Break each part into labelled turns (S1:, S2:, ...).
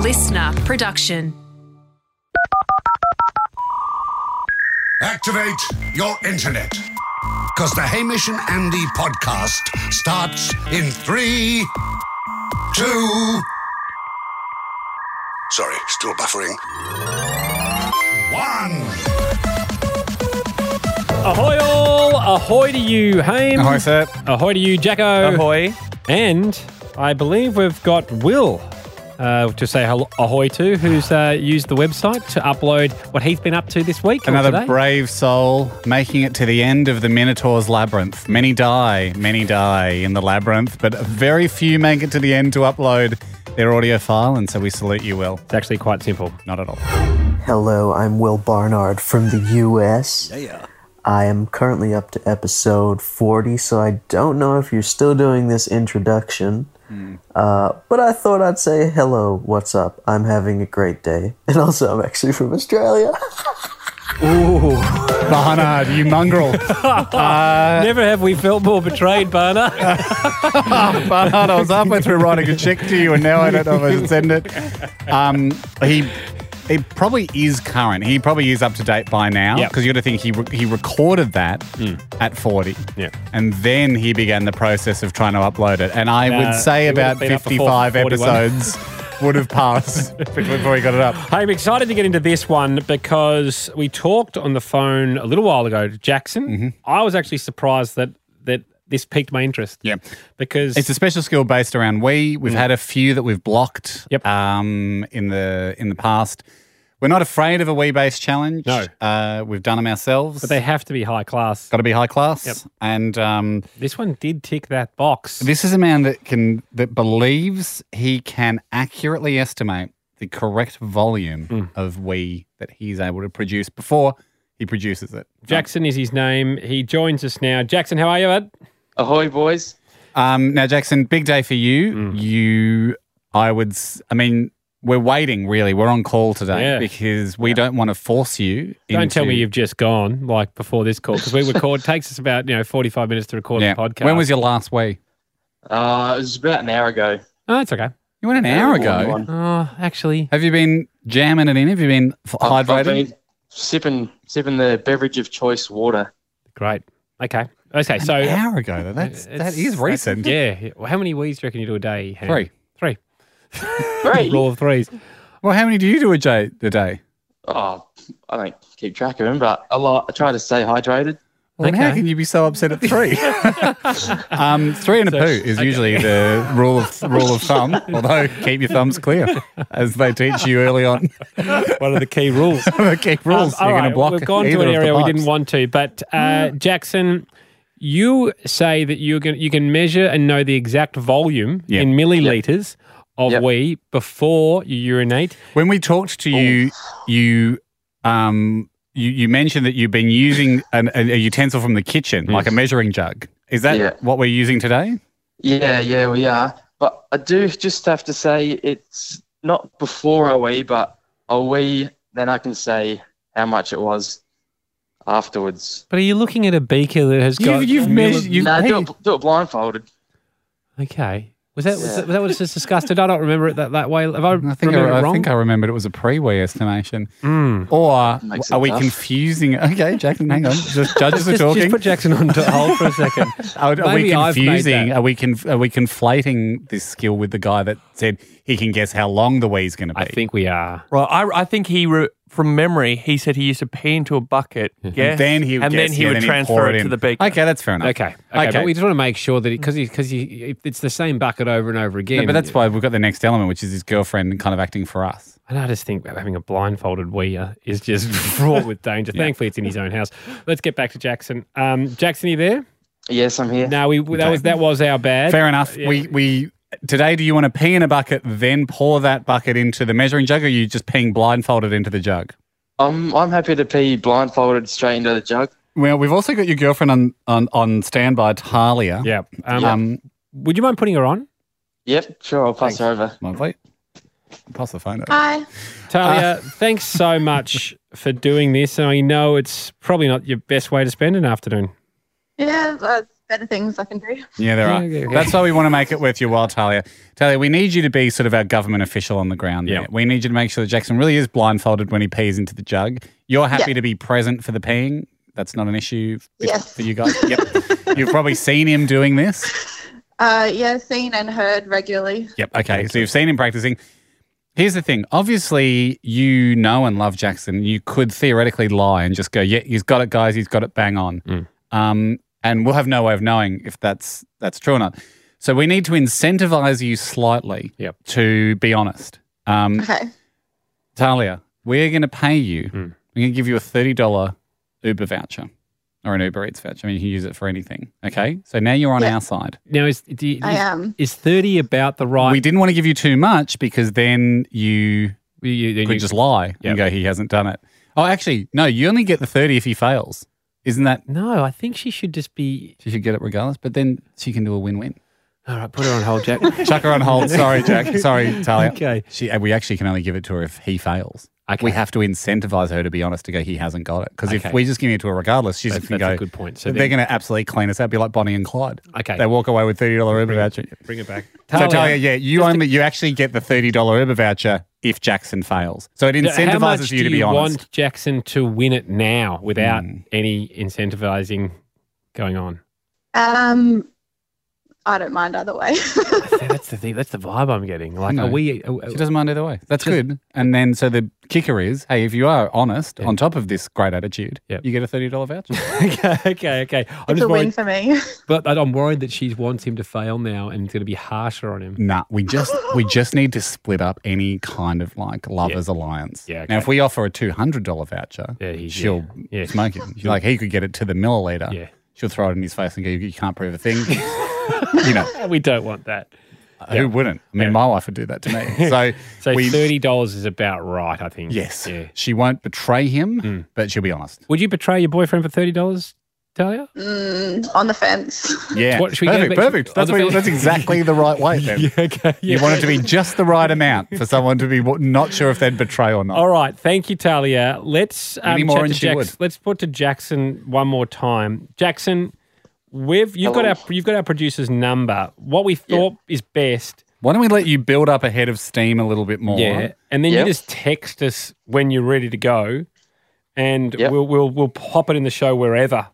S1: listener production.
S2: Activate your internet. Because the Hamish and Andy podcast starts in three, two. Sorry, still buffering. One.
S3: Ahoy all! Ahoy to you, Haim!
S4: Ahoy, sir.
S3: Ahoy to you, Jacko!
S4: Ahoy.
S3: And I believe we've got Will uh, to say hello, ahoy to, who's uh, used the website to upload what he's been up to this week. or
S4: Another
S3: today.
S4: brave soul making it to the end of the Minotaur's labyrinth. Many die, many die in the labyrinth, but very few make it to the end to upload their audio file, and so we salute you, Will.
S3: It's actually quite simple.
S4: Not at all.
S5: Hello, I'm Will Barnard from the US. I am currently up to episode 40, so I don't know if you're still doing this introduction. Uh, but I thought I'd say hello, what's up? I'm having a great day. And also, I'm actually from Australia.
S4: Barnard, you mongrel.
S3: Uh, Never have we felt more betrayed, Barna.
S4: Barnard, uh, I was halfway through writing a check to you, and now I don't know if I should send it. Um, he. It probably is current. He probably is up to date by now
S3: Yep.
S4: because you got to think he re- he recorded that at forty,
S3: Hmm. Yeah.
S4: and then he began the process of trying to upload it. And I
S3: Nah,
S4: would say
S3: he would
S4: about
S3: have been up before
S4: fifty-five
S3: 41.
S4: episodes would have passed before he got it up.
S3: I'm excited to get into this one because we talked on the phone a little while ago to Jackson.
S4: Mm-hmm.
S3: I was actually surprised that that this piqued my interest.
S4: Yeah.
S3: Because
S4: It's a special skill based around we. We've had a few that we've blocked
S3: Mm. Yep.
S4: um, in the in the past. We're not afraid of a we based challenge.
S3: No.
S4: Uh, we've done them ourselves.
S3: they have to be high class.
S4: got to be high class.
S3: Yep.
S4: And um,
S3: This one did tick that box.
S4: this is a man that can that believes he can accurately estimate the correct volume
S3: Mm.
S4: of we that he's able to produce before he produces it.
S3: Jackson is his name. He joins us now. Jackson, how are you, bud?
S6: Ahoy, boys.
S4: Um, now, Jackson, big day for you.
S3: Mm.
S4: You, I would, s- I mean, we're waiting really. We're on call today
S3: Yeah.
S4: because we don't want to force you.
S3: Don't tell me
S4: into-
S3: you've just gone like before this call because we record. takes us about you know forty five minutes to record
S4: Yeah.
S3: a podcast.
S4: When was your last wee?
S6: Uh, it was about an hour ago.
S3: Oh, it's okay.
S4: You went an hour ago.
S6: One.
S3: Oh, actually,
S4: Have you been jamming it in? Have you been f-
S6: I've-
S4: hydrated?
S6: I've been sipping, sipping the beverage of choice water.
S3: great. Okay, okay. So uh,
S4: an hour ago. though. That's that
S3: it's-
S4: is recent.
S3: yeah. Well, how many weeds do you reckon you do a day? Ham?
S4: Three.
S3: three.
S6: Great.
S3: Rule of threes.
S4: Well, how many do you do a day? A day?
S6: Oh, I don't keep track of them, but a lot. I try to stay hydrated.
S4: Well, then how
S3: Okay.
S4: can you be so upset at three? um, three and a poo is usually the rule of rule of thumb. Although keep your thumbs clear, as they teach you early on.
S3: One of the key
S4: Um,
S3: rules.
S4: keep rules.
S3: Um,
S4: You're
S3: all
S4: going
S3: right,
S4: to block.
S3: We've gone to
S4: either
S3: an
S4: of the
S3: area we didn't
S4: pipes.
S3: want to, but uh, Jackson, you say that you can you can measure and know the exact volume
S4: Yeah.
S3: in milliliters of
S6: Yep.
S3: wee before you urinate.
S4: When we talked to you, you, um, you, you mentioned that you've been using an, a, a utensil from the kitchen, like a measuring jug. Is that
S6: Yeah.
S4: what we're using today?
S6: Yeah, yeah, we are. But I do just have to say it's not before I wee, but I wee, then I can say how much it was afterwards.
S3: But are you looking at a beaker that has got?
S4: You've, you've measured. You,
S6: no,
S4: hey,
S6: do, it, do it blindfolded.
S3: Okay. Was that was
S6: Yeah.
S3: that, that was just disgusted? I don't remember it that, that way. Have I,
S4: I think
S3: remember
S4: I,
S3: it
S4: I
S3: wrong?
S4: think I remembered it was a pre-wee estimation.
S3: Mm.
S4: Or
S6: Makes it
S4: are we
S6: tough.
S4: confusing? Okay, Jackson, hang on. Just judges are
S3: Just, just
S4: talking.
S3: put Jackson on to hold for a second.
S4: Are, are we
S3: Maybe I've made
S4: confusing?
S3: that.
S4: Are we conf- are we conflating this skill with the guy that said he can guess how long the wee's going to be?
S3: I think we are.
S7: Right, I, I think he re- from memory he said he used to pee into a bucket, yeah,
S4: And then he would
S7: and
S4: guess,
S7: then he
S4: yeah,
S7: would
S4: he'd pour
S7: transfer it,
S4: in.
S7: to the beaker.
S4: Okay, that's fair enough.
S3: Okay. Okay. But we just want to make sure that because because it's the same bucket over and over again.
S4: No, but that's why we've got the next element, which is his girlfriend kind of acting for us.
S3: And I just think having a blindfolded weir is just fraught with danger. Thankfully, it's in his own house. Let's get back to Jackson. Um, Jackson, are you there?
S6: Yes, I'm here.
S3: No, we that was that was our bad.
S4: Fair enough. We we today. Do you want to pee in a bucket, then pour that bucket into the measuring jug, or are you just peeing blindfolded into the jug?
S6: I'm, I'm happy to pee blindfolded straight into the jug.
S4: Well, we've also got your girlfriend on on, on standby, Talia.
S3: Yeah. Um,
S4: Um,
S3: Would you mind putting her on,
S6: Yep, sure, I'll pass her over.
S4: lovely. Pass the phone.
S1: Uh,
S4: over.
S8: Hi.
S4: Uh.
S3: Talia? thanks so much for doing this. And I know it's probably not your best way to spend an afternoon.
S8: Yeah, I,
S1: better things I can do.
S4: Yeah, there are.
S3: Okay, okay.
S4: That's why we want to make it worth your while, Talia. Talia, we need you to be sort of our government official on the ground. there.
S3: Yeah.
S4: We need you to make sure that Jackson really is blindfolded when he pees into the jug. You're happy
S1: Yeah.
S4: to be present for the peeing. That's not an issue f-
S1: Yes.
S4: for you guys. Yep. You've probably seen him doing this.
S1: Uh, yeah, seen and heard regularly.
S4: Yep. Okay. So you've seen him practicing. Here's the thing. Obviously, you know and love Jackson. You could theoretically lie and just go, "Yeah, he's got it, guys. He's got it, bang on."
S3: Mm.
S4: Um, and we'll have no way of knowing if that's that's true or not. So we need to incentivize you slightly
S3: Yep.
S4: to be honest. Um,
S1: Okay.
S4: Talia, we're going to pay you.
S3: Mm.
S4: We're going to give you a thirty dollar Uber voucher or an Uber Eats voucher. I mean, you can use it for anything. Okay. So now you're on
S1: Yeah.
S4: our side.
S3: Now, is, do you,
S1: I uh,
S3: is,
S1: am.
S3: is 30 about the
S4: We
S3: right?
S4: didn't want to give you too much because then you
S3: you, then
S4: could
S3: you-
S4: just lie
S3: Yeah.
S4: and go, he hasn't done it. Oh, actually, no, you only get the 30 if he fails. Isn't that?
S3: no, I think she should just be.
S4: She should get it regardless, but then she can do a win win.
S3: All right, put her on hold, Jack.
S4: Chuck her on hold. Sorry, Jack. Sorry, Talia.
S3: Okay.
S4: She, uh, we actually can only give it to her if he fails.
S3: Okay.
S4: We have to incentivize her to be honest to go, he hasn't got it. Because
S3: Okay.
S4: if we just give it to her regardless, she's
S3: That's,
S4: going
S3: that's
S4: to
S3: a
S4: go,
S3: good point. So
S4: they're
S3: then,
S4: going to absolutely clean us out, be like Bonnie and Clyde.
S3: Okay.
S4: They walk away with $30 Uber voucher.
S3: bring it back.
S4: So Talia, yeah, you only you actually get the thirty dollar Uber voucher if Jackson fails. So it
S3: How much
S4: incentivizes you
S3: do
S4: to be
S3: you
S4: honest.
S3: want Jackson to win it now without any incentivizing going on?
S1: Um, I don't mind either way.
S3: That's the thing. That's the vibe I'm getting. Like,
S4: No.
S3: are we? Are,
S4: She doesn't mind either way. That's
S3: Just-
S4: good. And then so the kicker is, hey, if you are honest,
S3: Yeah.
S4: on top of this great attitude,
S3: Yep.
S4: you get a thirty dollar voucher.
S3: okay, okay, okay. I'm
S1: it's
S3: just
S1: a win
S3: worried,
S1: for me.
S3: but I'm worried that she wants him to fail now and it's going to be harsher on him.
S4: nah, we just we just need to split up any kind of like lovers alliance.
S3: Yeah, okay.
S4: Now if we offer a two hundred dollar voucher,
S3: Yeah, he-
S4: she'll
S3: yeah, yeah.
S4: smoke it. Like he could get it to the milliliter.
S3: Yeah.
S4: She'll throw it in his face and go, "You can't prove a thing." you know,
S3: We don't want that.
S4: who wouldn't? I mean, my wife would do that to me. So,
S3: So
S4: we,
S3: thirty dollars is about right, I think.
S4: Yes.
S3: Yeah. Hmm.
S4: She won't betray him, but she'll be honest.
S3: Would you betray your boyfriend for thirty dollars, Talia?
S1: Mm, on the fence.
S4: Yeah.
S3: What, should we go
S4: perfect,
S3: back to-
S4: perfect. That's,
S3: Oh, the
S4: what- that's
S3: thing-
S4: exactly the right way then.
S3: okay.
S4: You want it to be just the right amount for someone to be w- not sure if they'd betray or not.
S3: All right, thank you, Talia. Let's um,
S4: Any more
S3: chat
S4: and
S3: to
S4: she
S3: Jackson.
S4: would.
S3: Let's put to Jackson one more time. Jackson, we've you've got
S6: Hello.
S3: our you've got our producer's number. What we thought is best,
S4: Why don't we let you build up a head of steam a little bit more?
S3: and then
S6: Yep.
S3: you just text us when you're ready to go, and
S6: Yep.
S3: we'll we'll we'll pop it in the show wherever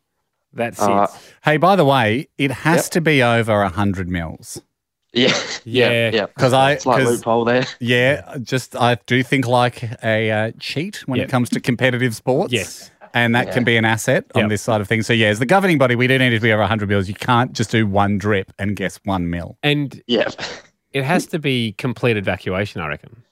S3: that sits.
S6: Uh,
S4: Hey, by the way, it has
S6: Yep.
S4: to be over 100 mils.
S6: Yeah.
S3: Yeah.
S6: Yeah. Yeah.
S4: Because I,
S6: Slight
S4: 'cause-
S6: loophole there.
S4: yeah, uh, just I do think like a uh, cheat when
S3: Yep.
S4: it comes to competitive sports.
S3: Yes.
S4: and that can be an asset on
S3: Yep.
S4: this side of things. So yeah, as the governing body, we do need it to be over 100 mils. You can't just do one drip and guess one mil.
S3: And
S6: Yeah.
S3: it has to be complete evacuation, I reckon.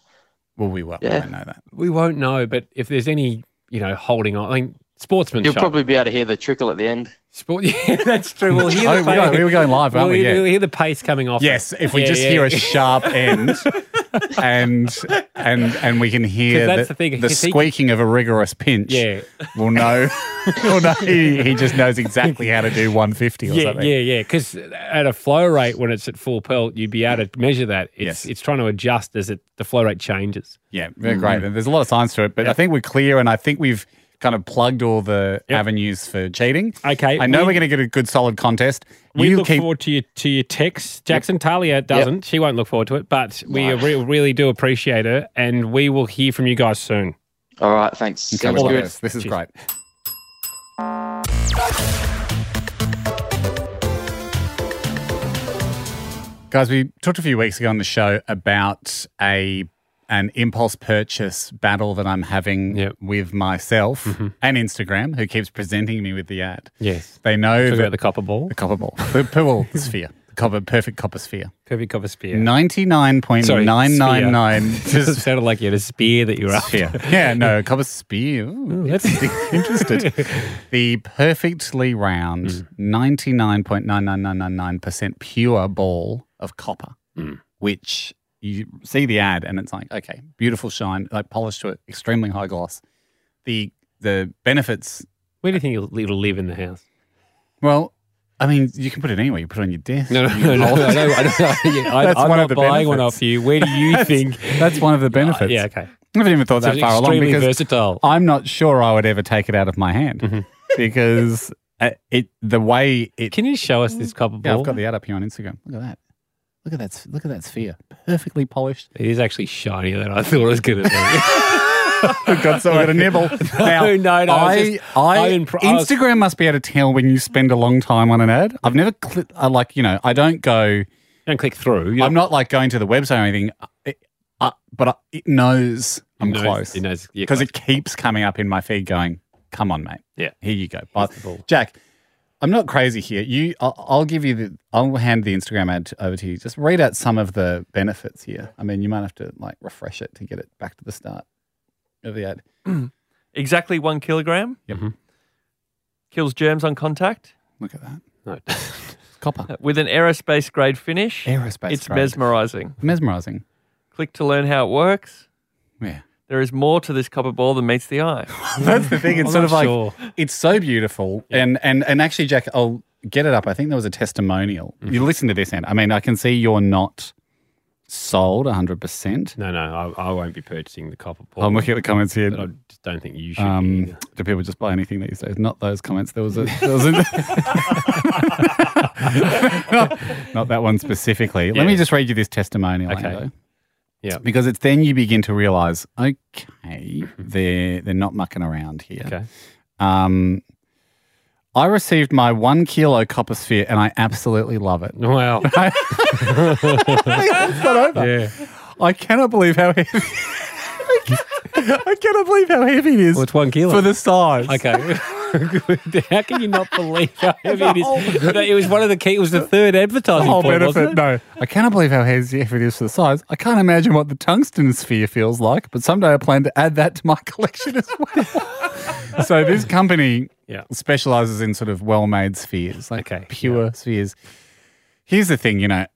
S4: Well, we won't
S6: Yeah.
S4: we won't know that.
S3: We won't know, but if there's any, you know, holding on, I mean, sportsman
S6: You'll
S3: shot.
S6: probably be able to hear the trickle at the end.
S3: Sport, yeah, that's true. We'll hear the
S4: Oh, we, were going, we were going live,
S3: Well,
S4: weren't we?
S3: you,
S4: Yeah.
S3: you hear the pace coming off.
S4: Yes, if we
S3: Yeah,
S4: just
S3: yeah.
S4: hear a sharp end and and and we can hear
S3: 'Cause
S4: the,
S3: that's the thing,
S4: the
S3: if he-
S4: squeaking of a rigorous pinch,
S3: Yeah.
S4: we'll know. we'll know he, he just knows exactly how to do 150 or
S3: Yeah,
S4: something.
S3: yeah, yeah. Because at a flow rate, when it's at full pelt, you'd be able to measure that. It's
S4: Yes.
S3: it's trying to adjust as it the flow rate changes.
S4: Yeah, they're great.
S3: mm-hmm.
S4: And there's a lot of science to it, but I think we're clear and I think we've kind of plugged all the avenues for cheating.
S3: Okay,
S4: I know
S3: we-
S4: we, are going to get a good solid contest.
S3: We
S4: you
S3: look
S4: keep
S3: forward to your to your texts. Jackson Talia doesn't. She won't look forward to it, but we re- really do appreciate her, and we will hear from you guys soon.
S6: All right. Thanks.
S4: Okay,
S6: Sounds
S4: we'll do
S6: good.
S4: this. This is
S3: Cheers.
S4: great. Guys, we talked a few weeks ago on the show about a an impulse purchase battle that I'm having
S3: Yep. Mm-hmm.
S4: with myself and Instagram, who keeps presenting me with the ad.
S3: Yes.
S4: They know
S3: Talk
S4: that
S3: about the copper ball,
S4: the copper ball, the pool sphere, the copper, perfect copper sphere.
S3: perfect copper spear. It
S4: 99.999
S3: sounded like you had a spear that you were after.
S4: yeah, yeah, no, copper spear. Ooh,
S3: Ooh, that's-
S4: interested. Hmm. The perfectly round, ninety nine point nine nine nine nine nine percent pure ball of copper, which you see the ad and it's like, okay, beautiful shine, like polished to it, extremely high gloss. The the benefits.
S3: Where do you think it'll, it'll live in the house?
S4: Well, I mean, you can put it anywhere. You put it on your desk.
S3: No,
S4: you
S3: no, no, no.
S4: hold
S3: I
S4: it.
S3: know, I know, yeah, I,
S4: That's
S3: I'm
S4: one
S3: not
S4: of the
S3: buying one
S4: benefits.
S3: off you. Where do you think? Uh,
S4: That's one of the benefits.
S3: Yeah, okay.
S4: I haven't even thought that
S3: So
S4: far along
S3: extremely
S4: because
S3: versatile. Mm-hmm.
S4: I'm not sure I would ever take it out of my hand because uh, it the way it.
S3: Can you show us this copper
S4: yeah,
S3: ball?
S4: I've got the ad up here on Instagram. Look at that. Look at that. s- Look at that sphere. Perfectly polished.
S3: it is actually shinier than I thought it was going to be.
S4: We've got so at a nibble. Now,
S3: Oh, no, no, it's
S4: I,
S3: just-
S4: I,
S3: I impro- I was-
S4: Instagram must be able to tell when you spend a long time on an ad. I've never clicked. I like you know. I don't go.
S3: Don't click through. You
S4: I'm not like going to the website or anything. It, uh, but I, it knows I'm
S3: knows-
S4: close
S3: It knows you're
S4: because
S3: close.
S4: it keeps coming up in my feed, going, "Come on, mate.
S3: Yeah.
S4: here you go."
S3: Here's
S4: But
S3: the ball.
S4: Jack, I'm not crazy here. You, I'll, I'll give you the. I'll hand the Instagram ad to- over to you. Just read out some of the benefits here. I mean, you might have to like refresh it to get it back to the start of the ad.
S7: Exactly one kilogram.
S4: Yep.
S7: Kills germs on contact
S4: Look at that.
S3: No.
S4: It's copper.
S7: with an aerospace grade finish.
S4: Aerospace.
S7: it's
S4: grade.
S7: mesmerizing.
S4: mesmerizing.
S7: Click to learn how it works.
S4: Yeah.
S7: There is more to this copper ball than meets the eye.
S4: That's the thing. It's
S3: I'm
S4: sort of
S3: not
S4: like
S3: sure.
S4: it's so beautiful. And and and actually, Jack, I'll get it up. I think there was a testimonial.
S3: Mm-hmm.
S4: You listen to this, and I mean, I can see you're not sold 100. percent
S3: No, no, I, I won't be purchasing the copper ball.
S4: I'm looking at the comments here.
S3: but I just don't think you should. be
S4: Um,
S3: either.
S4: do people just buy anything these days? Not those comments. There was a, there was a not, not that one specifically. Let me
S3: Yeah.
S4: just read you this testimonial.
S3: Okay.
S4: Ando.
S3: Yeah. Mm-hmm.
S4: because it's then you begin to realise, okay, they're they're not mucking around here.
S3: Okay.
S4: Um, I received my one kilo copper sphere, and I absolutely love it.
S3: Wow.
S4: it's not over.
S3: yeah.
S4: I cannot believe how heavy. I cannot believe how heavy it is
S3: Well, it's one kilo.
S4: for the size.
S3: Okay. How can you not believe how heavy it is? No, it was one of the key. It was the third advertising
S4: whole
S3: point,
S4: Oh, benefit.
S3: wasn't it?
S4: No, I cannot believe how heavy it is for the size. I can't imagine what the tungsten sphere feels like, but someday I plan to add that to my collection as well. so this company
S3: Yeah.
S4: specializes in sort of well-made spheres, like
S3: Okay,
S4: pure spheres. Here's the thing, you know,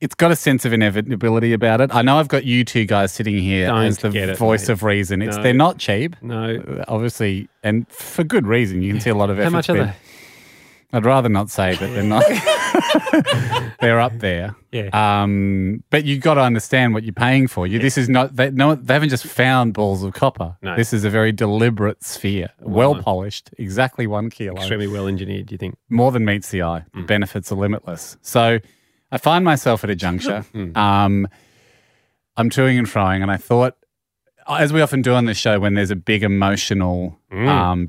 S4: it's got a sense of inevitability about it. I know I've got you two guys sitting here
S3: Don't
S4: as the
S3: get it,
S4: voice
S3: mate.
S4: of reason. It's
S3: No.
S4: they're not cheap,
S3: No.
S4: obviously, and for good reason. You can see a lot of Uh, effort.
S3: How much are they?
S4: I'd rather not say that they're not. they're up there.
S3: Yeah.
S4: Um, but you've got to understand what you're paying for. You, This is not they, no, they haven't just found balls of copper.
S3: No.
S4: This is a very deliberate sphere, well, polished, exactly one kilo,
S3: Extremely well engineered. Do you think?
S4: more than meets the eye.
S3: Mm.
S4: The benefits are limitless. So I find myself at a juncture.
S3: Hmm.
S4: um, I'm toing and froing, and I thought, as we often do on this show, when there's a big emotional um,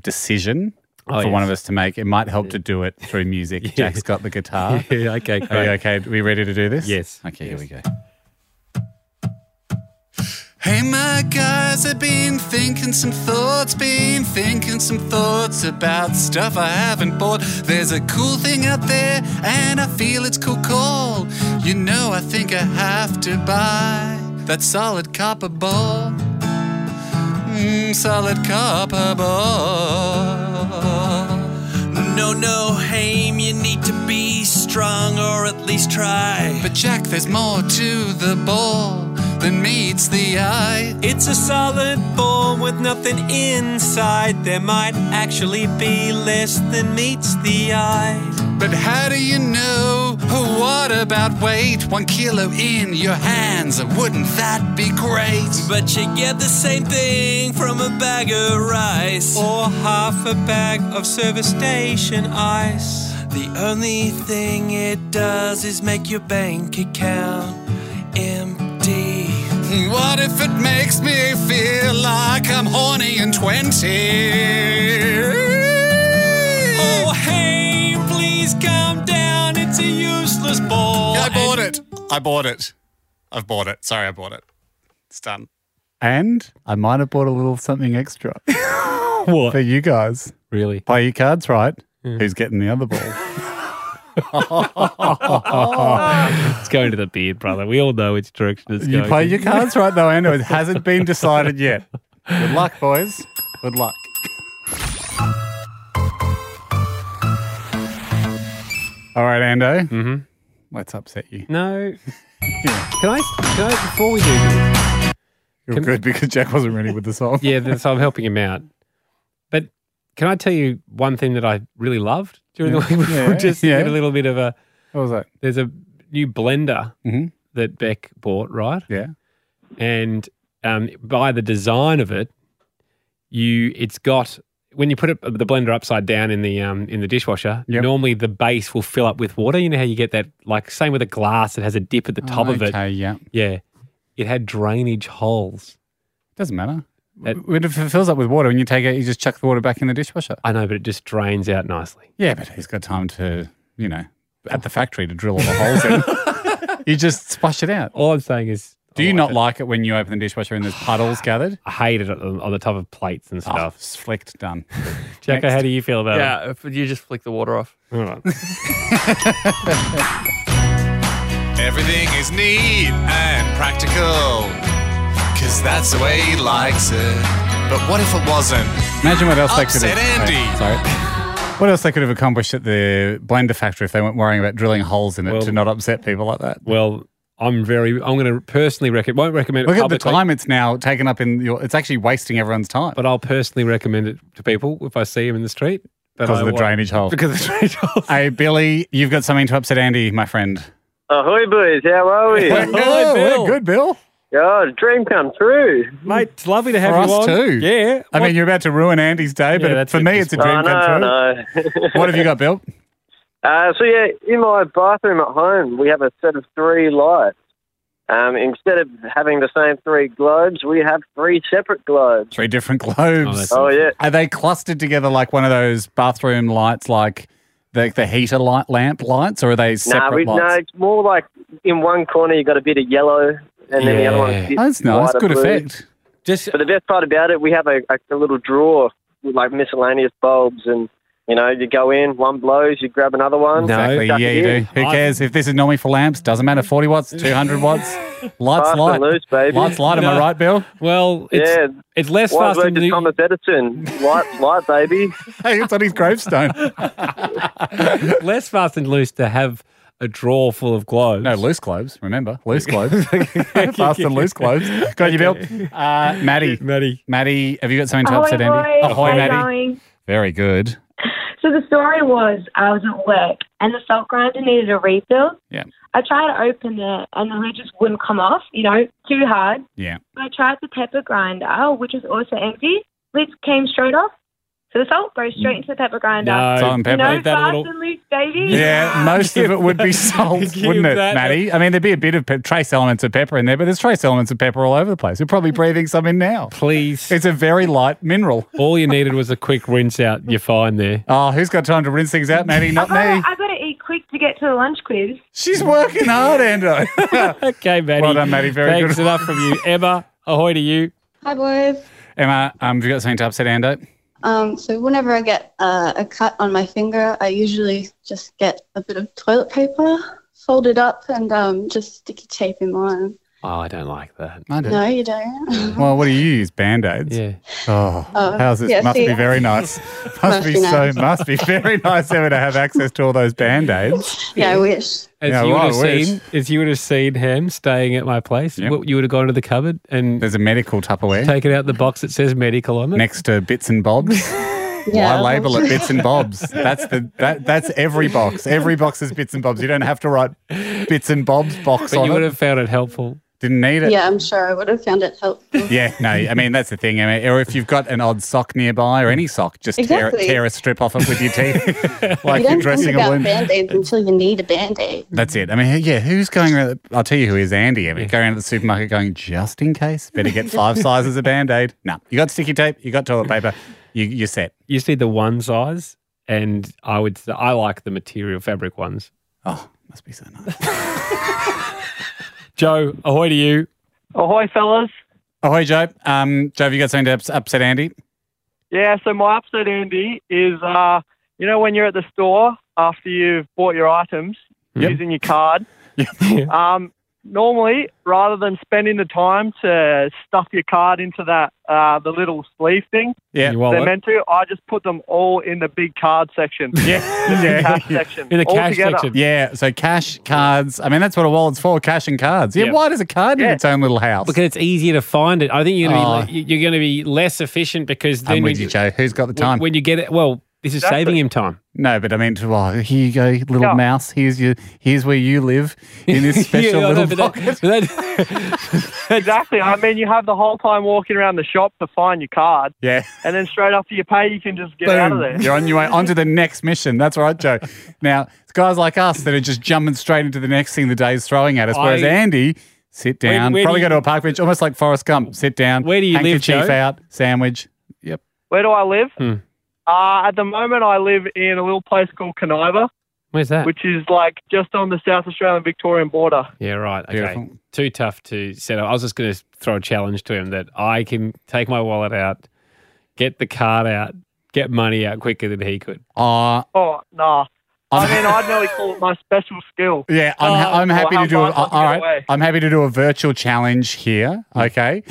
S3: Mm.
S4: decision.
S3: Oh,
S4: for one
S3: yes.
S4: of us to make, it might help to do it through music. Jack's got the guitar.
S3: Yeah. Okay.
S4: Are
S3: Great.
S4: you okay? Are we ready to do this?
S3: Yes.
S4: Okay, here we go.
S8: Hey, my guys, I've been thinking some thoughts, been thinking some thoughts about stuff I haven't bought. There's a cool thing out there, and I feel it's cool call. You know, I think I have to buy that solid copper ball. Mm, solid copper ball.
S9: No, no, Haim, you need to be strong or at least try.
S8: But Jack, there's more to the ball than meets the eye.
S9: It's a solid ball with nothing inside. There might actually be less than meets the eye.
S8: But how do you know? Oh, What about weight? One kilo in your hands, wouldn't that be great?
S9: But you get the same thing from a bag of rice or half a bag of service station ice. The only thing it does is make your bank account empty.
S8: What if it makes me feel like I'm horny and 20?
S9: Oh, hey, please calm down. It's a useless ball.
S8: I bought it. I bought it. I've bought it. Sorry, I bought it. It's done.
S4: And I might have bought a little something extra for
S3: What?
S4: you guys.
S3: Really?
S4: Play your cards right. Who's getting the other ball?
S3: It's going to the beard, brother. We all know which direction it's
S4: you
S3: going.
S4: play your cards right though, and it hasn't been decided yet. Good luck, boys. Good luck. All right, Ando. Mm-hmm. Let's upset you.
S3: no. Can I? Can I? Before we do this.
S4: You're
S3: Can-
S4: good because Jack wasn't ready with the song.
S3: Yeah, then- so I'm helping him out. But can I tell you one thing that I really loved during
S4: Yeah.
S3: the week? before?
S4: Yeah.
S3: Just
S4: Yeah.
S3: get a little bit of a.
S4: What was that?
S3: There's a new blender
S4: Mhm.
S3: that Beck bought, right?
S4: Yeah.
S3: And um, by the design of it, you it's got when you put it, the blender upside down in the um, in the dishwasher,
S4: Yep.
S3: normally the base will fill up with water. You know how you get that, like same with a glass that has a dip at the top of it.
S4: Oh, Okay, yeah.
S3: Yeah, it had drainage holes.
S4: Doesn't matter.
S3: That-
S4: It, if it fills up with water and you take it, you just chuck the water back in the dishwasher.
S3: I know, but it just drains out nicely.
S4: Yeah, but he's got time to, you know, at the factory to drill all the holes in. you just splash it out.
S3: All I'm saying is,
S4: Do
S3: I
S4: you
S3: like
S4: not
S3: it.
S4: like it when you open the dishwasher and there's puddles gathered?
S3: I hate it on on the top of plates and
S4: Oh,
S3: stuff.
S4: it's flicked done.
S3: Jacko, how do you feel about
S7: yeah, if you just flick the water off.
S3: it? All right.
S8: Everything is neat and practical, cause that's the way he likes it. But what if it wasn't?
S4: Imagine what else they could
S8: Upset
S4: have.
S8: Andy.
S4: Sorry. sorry. What else they could have accomplished at the blender factory if they weren't worrying about drilling holes in it
S3: Well-
S4: to not upset people like that?
S3: Well, I'm very. I'm going to personally recommend. Won't recommend it
S4: Look at the
S3: publicly,
S4: time it's now taken up in your. It's actually wasting everyone's time
S3: but I'll personally recommend it to people if I see them in the street. But
S4: because
S3: I
S4: of the
S3: wa-
S4: drainage hole.
S3: Because of the drainage holes.
S4: Hey, Billy, you've got something to upset Andy, my friend.
S6: Ahoy, Oh, boys. How are we?
S4: We're good,
S3: Hello,
S4: we're
S3: Bill.
S4: good, Bill.
S6: God, dream come true.
S3: Mate, it's lovely to have
S4: For
S3: you
S4: us
S3: on.
S4: too.
S3: Yeah.
S4: I
S3: What-
S4: mean, you're about to ruin Andy's day, but
S3: Yeah, that's
S4: for
S3: it, Oh,
S4: me,
S3: just
S4: it's a
S6: I
S4: dream come true.
S6: know, I know.
S4: What have you got, Bill?
S6: Uh, so yeah, in my bathroom at home, we have a set of three lights. Um, instead of having the same three globes, we have three separate globes.
S4: Three different
S3: Oh,
S4: globes.
S3: that's-
S6: Oh yeah,
S4: Are they clustered together like one of those bathroom lights, like the, the heater light lamp lights, or are they
S6: nah,
S4: separate
S6: we,
S4: lights?
S6: no, it's more like in one corner you got a bit of yellow, and then the other one.
S3: Yeah.
S6: is a bit
S4: Oh, that's nice.
S6: lighter
S4: Good
S6: blue.
S4: effect.
S3: Just
S6: But the best part about it, we have a, a, a little drawer with like miscellaneous bulbs, and you know, you go in, one blows, you grab another one.
S3: No.
S4: Exactly.
S6: Chuck
S4: Yeah,
S6: it
S4: you do.
S6: in.
S4: Who
S3: I-
S4: cares if this is normally for lamps? Doesn't matter. 40 watts, 200 watts. Lights
S6: Fast
S4: light.
S6: and loose, baby.
S4: Lights light. Am
S3: No.
S4: I right, Bill?
S3: well, it's
S6: Yeah,
S3: it's less
S6: wise
S3: fast
S6: words
S3: than
S6: to
S3: the,
S6: Thomas Edison. Light, light, baby.
S4: Hey, it's on his gravestone.
S3: less fast and loose to have a drawer full of globes.
S4: No, loose globes. Remember, loose globes. Fast and loose globes. Got you, Bill. Uh, Maddie,
S3: Maddie.
S4: Maddie, have you got something to
S1: Ahoy,
S4: upset Andy?
S1: boys.
S4: Ahoy,
S1: How you
S4: Maddie.
S1: going?
S4: Very good.
S1: So the story was I was at work and the salt grinder needed a refill.
S4: Yeah.
S1: I tried to open it and the lid just wouldn't come off, you know, too hard.
S4: Yeah.
S1: I tried the pepper grinder, which was also empty. Lid came straight off. So the salt goes straight into the pepper grinder.
S3: No,
S4: Salt and
S1: You
S4: pepper.
S1: know,
S3: that a
S1: fast
S3: little-
S1: and loose, baby.
S4: Yeah, most of
S3: Give
S4: it would
S3: that-
S4: be salt,
S3: give
S4: wouldn't it,
S3: that-
S4: Maddie? I mean, there'd be a bit of pe- trace elements of pepper in there, but there's trace elements of pepper all over the place. You're probably breathing some in now.
S3: Please.
S4: It's a very light mineral.
S3: All you needed was a quick rinse out. You're fine there.
S4: Oh, who's got time to rinse things out, Maddie? Not
S1: I
S4: me.
S1: gotta, I gotta eat quick to get to the lunch quiz.
S4: She's working hard, Ando.
S3: Okay, Maddie.
S4: Well done, Maddie. Very
S3: Thanks
S4: good.
S3: enough from you. Emma, ahoy to you.
S10: Hi, boys.
S4: Emma, um, have you got something to upset Ando?
S10: Um, so whenever I get uh, a cut on my finger, I usually just get a bit of toilet paper, fold it up, and um, just sticky tape in mine.
S3: Oh, I don't like that.
S4: I do.
S10: No, you don't.
S4: Well, what do you use? Band aids.
S3: Yeah.
S4: Oh,
S10: Oh,
S4: how's this?
S10: yeah,
S4: must
S10: see-
S4: be very nice. Must,
S10: Must
S4: be,
S10: be
S4: so.
S10: nice.
S4: Must be very nice ever to have access to all those band aids.
S10: yeah, I wish.
S3: As
S4: Yeah,
S3: you would
S4: well,
S3: have
S4: I wish.
S3: seen, as you would have seen him staying at my place,
S4: Yep.
S3: what- you would have gone to the cupboard and
S4: There's a medical Tupperware
S3: taken out the box that says medical on it.
S4: next to bits and bobs.
S10: Yeah.
S4: I label it bits and bobs. That's the that that's every box. Every box is bits and bobs. You don't have to write bits and bobs box
S3: But
S4: on
S3: you
S4: it.
S3: would have found it helpful.
S4: Didn't need it.
S10: Yeah, I'm sure I would have found it helpful.
S4: Yeah, no, I mean that's the thing. I mean, or if you've got an odd sock nearby or any sock, just
S10: Exactly.
S4: tear, tear a strip off it with your teeth, like
S10: you
S4: you're
S10: don't think
S4: dressing a
S10: about
S4: wound.
S10: band aids until you need a band aid.
S4: That's it. I mean, yeah, who's going around? I'll tell you who is Andy. I mean, going around to the supermarket going, just in case, better get five sizes of band aid. No, you got sticky tape, you got toilet paper, you, you're set.
S3: You see the one size, and I would I like the material fabric ones.
S4: Oh, must be so nice.
S3: Joe, ahoy to you.
S6: Ahoy, fellas.
S4: Ahoy, Joe. Um, Joe, have you got something to ups- upset Andy?
S6: Yeah, so my upset, Andy, is uh, you know when you're at the store after you've bought your items
S3: Yep.
S6: using your card.
S3: Yeah.
S6: Um, normally, rather than spending the time to stuff your card into that uh, the little sleeve thing
S4: Yeah.
S3: You
S6: they're
S3: wallet.
S6: meant to, I just put them all in the big card section,
S4: yeah.
S6: the
S4: yeah.
S6: cash section,
S3: In the
S6: all
S3: cash
S6: together.
S3: section.
S4: Yeah, so cash, cards. I mean, that's what a wallet's for, cash and cards. Yeah,
S3: Yeah.
S4: why does a card need
S6: Yeah.
S4: its own little house?
S3: Because it's easier to find it. I think you're gonna
S4: Oh.
S3: be le- you're gonna be less efficient because then
S4: I'm with
S3: when
S4: you, Joe. Who's got the
S3: when-
S4: time?
S3: when you get it. Well, This is
S4: Exactly.
S3: saving him time.
S4: No, but I mean, well, here you go, little
S3: Yeah.
S4: mouse. Here's your, here's where you live in this special
S3: Yeah, I know,
S4: little
S3: but that-
S4: pocket.
S11: exactly. I mean, you have the whole time walking around the shop to find your card.
S4: Yeah.
S11: And then straight after you pay, you can just get out of there.
S4: Boom. You're on your way onto the next mission. That's right, Joe. Now, it's guys like us that are just jumping straight into the next thing the day is throwing at us. Whereas
S3: I-
S4: Andy, sit
S3: Where-
S4: down,
S3: where do
S4: probably
S3: you-
S4: go to a park bench, almost like Forrest Gump. Sit down.
S3: Where do you live,
S4: handkerchief
S3: Joe?
S4: out, sandwich. Yep.
S11: Where do I live?
S3: Hmm.
S11: Uh, at the moment, I live in a little place called Caniva,
S3: Where's that?
S11: which is like just on the South Australian Victorian border.
S3: Yeah, right. Okay.
S11: Beautiful.
S3: Too tough to set up. I was just going to throw a challenge to him that I can take my wallet out, get the card out, get money out quicker than he could.
S4: Uh,
S11: Oh, nah. I mean, I'd nearly call it my special skill.
S4: Yeah, I'm, ha- I'm
S11: Or
S4: happy
S11: Uh, how
S4: to do. A,
S11: fast I can
S4: all
S11: get
S4: right,
S11: away.
S4: I'm happy to do a virtual challenge here. Okay,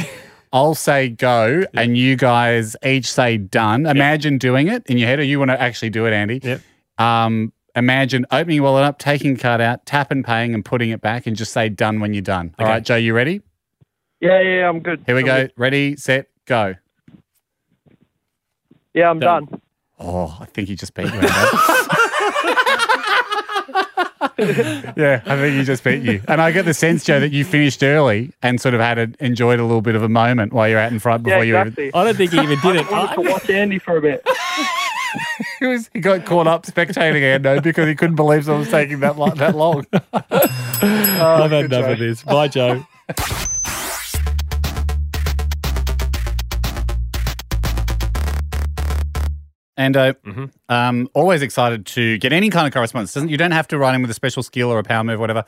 S4: I'll say go, and you guys each say done. Imagine doing it in your head, or you want to actually do it, Andy. Yep. Um, imagine opening your wallet up, taking card out, tapping, paying, and putting it back, and just say done when you're done. All right, Joe, you ready?
S11: Yeah, yeah, I'm good.
S4: Here we
S11: I'm
S4: go.
S11: good.
S4: Ready, set, go.
S11: Yeah, I'm done.
S4: Oh, I think you just beat me. yeah, I think you just beat you. And I get the sense, Joe, that you finished early and sort of had a, enjoyed a little bit of a moment while you're out in front before
S11: yeah, exactly.
S4: you even.
S11: I wanted to watch Andy for a bit.
S4: He, was, he got caught up spectating Ando because he couldn't believe someone was taking that lo- that long.
S3: I've had enough of this. Bye, Joe.
S4: Ando,
S3: Mm-hmm.
S4: um, always excited to get any kind of correspondence. Doesn't you don't have to write in with a special skill or a power move, whatever.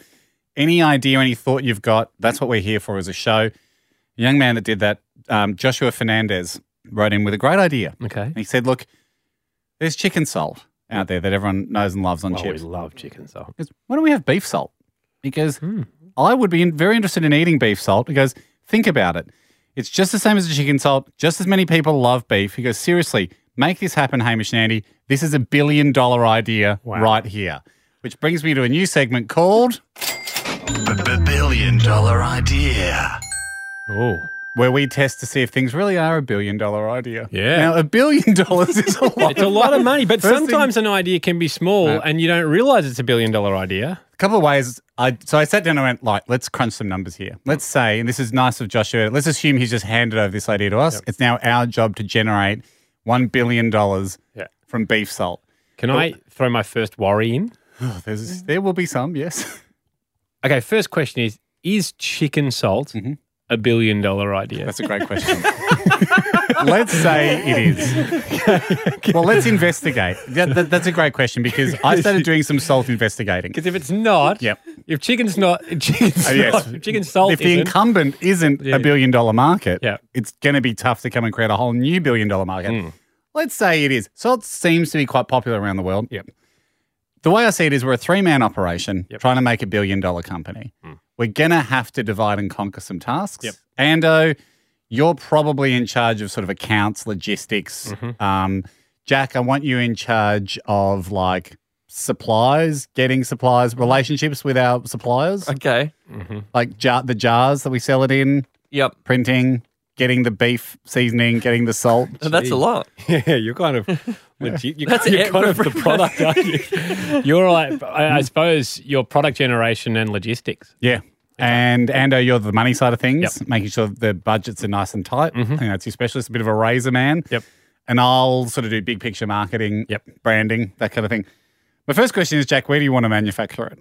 S4: Any idea, any thought you've got, that's what we're here for as a show. The young man that did that, um, Joshua Fernandez, wrote in with a great idea.
S3: Okay.
S4: And he said, look, there's chicken salt out there that everyone knows and loves on
S3: Well,
S4: chips.
S3: we love chicken salt.
S4: He goes, why don't we have beef salt? Because
S3: Hmm.
S4: I would be in- very interested in eating beef salt. He goes, think about it. It's just the same as the chicken salt. Just as many people love beef. He goes, seriously, make this happen, Hamish and Andy. This is a billion dollar idea right here. Which brings me to a new segment called
S8: Billion dollar idea.
S4: Oh. Where we test to see if things really are a billion dollar idea.
S3: Yeah.
S4: Now, a billion dollars is a lot
S3: It's a lot of money, but
S4: First thing-
S3: sometimes an idea can be small
S4: Yeah.
S3: and you don't realize it's a billion dollar idea.
S4: a couple of ways. I so I sat down and went, like, let's crunch some numbers here. Let's say, and this is nice of Joshua. Let's assume he's just handed over this idea to us. It's now our job to generate one billion dollars
S3: Yeah.
S4: from beef salt. Oh,
S3: Can I throw my first worry in?
S4: there's, there will be some, yes.
S3: Okay, first question is Is chicken salt a billion dollar idea?
S4: Mm-hmm. That's a great question. let's say it is. Well, let's investigate. That, that- that's a great question because I started doing some salt investigating.
S3: Because if it's not,
S4: Yep.
S3: if chicken's not, chicken's
S4: Oh, yes.
S3: not- chicken salt
S4: if the
S3: isn't-
S4: incumbent isn't
S3: Yeah.
S4: a billion dollar market,
S3: Yeah. Hmm.
S4: it's going to be tough to come and create a whole new billion dollar market. Let's say it is. Salt seems to be quite popular around the world.
S3: Yep.
S4: The way I see it is we're a three man operation trying to make a billion dollar company. We're going to have to divide and conquer some tasks.
S3: Hmm. Yep.
S4: Ando, you're probably in charge of sort of accounts, logistics.
S3: Mm-hmm.
S4: Um, Jack, I want you in charge of like supplies, getting supplies, relationships with our suppliers
S7: Okay.
S4: like jar- the jars that we sell it in.
S7: Yep.
S4: Printing, getting the beef seasoning, getting the salt.
S7: And that's a lot.
S3: Yeah, you're kind of legit. You're,
S7: That's
S3: you're
S7: it.
S3: kind of the product, aren't you? You're like, I, I suppose, your product generation and logistics.
S4: Yeah. And Ando, you're the money side of things, making sure the budgets are nice and tight. I think that's your specialist, a bit of a razor man.
S3: Mm-hmm. Yep.
S4: And I'll sort of do big picture marketing,
S3: yep.
S4: branding, that kind of thing. My first question is, Jack, where do you want to manufacture it?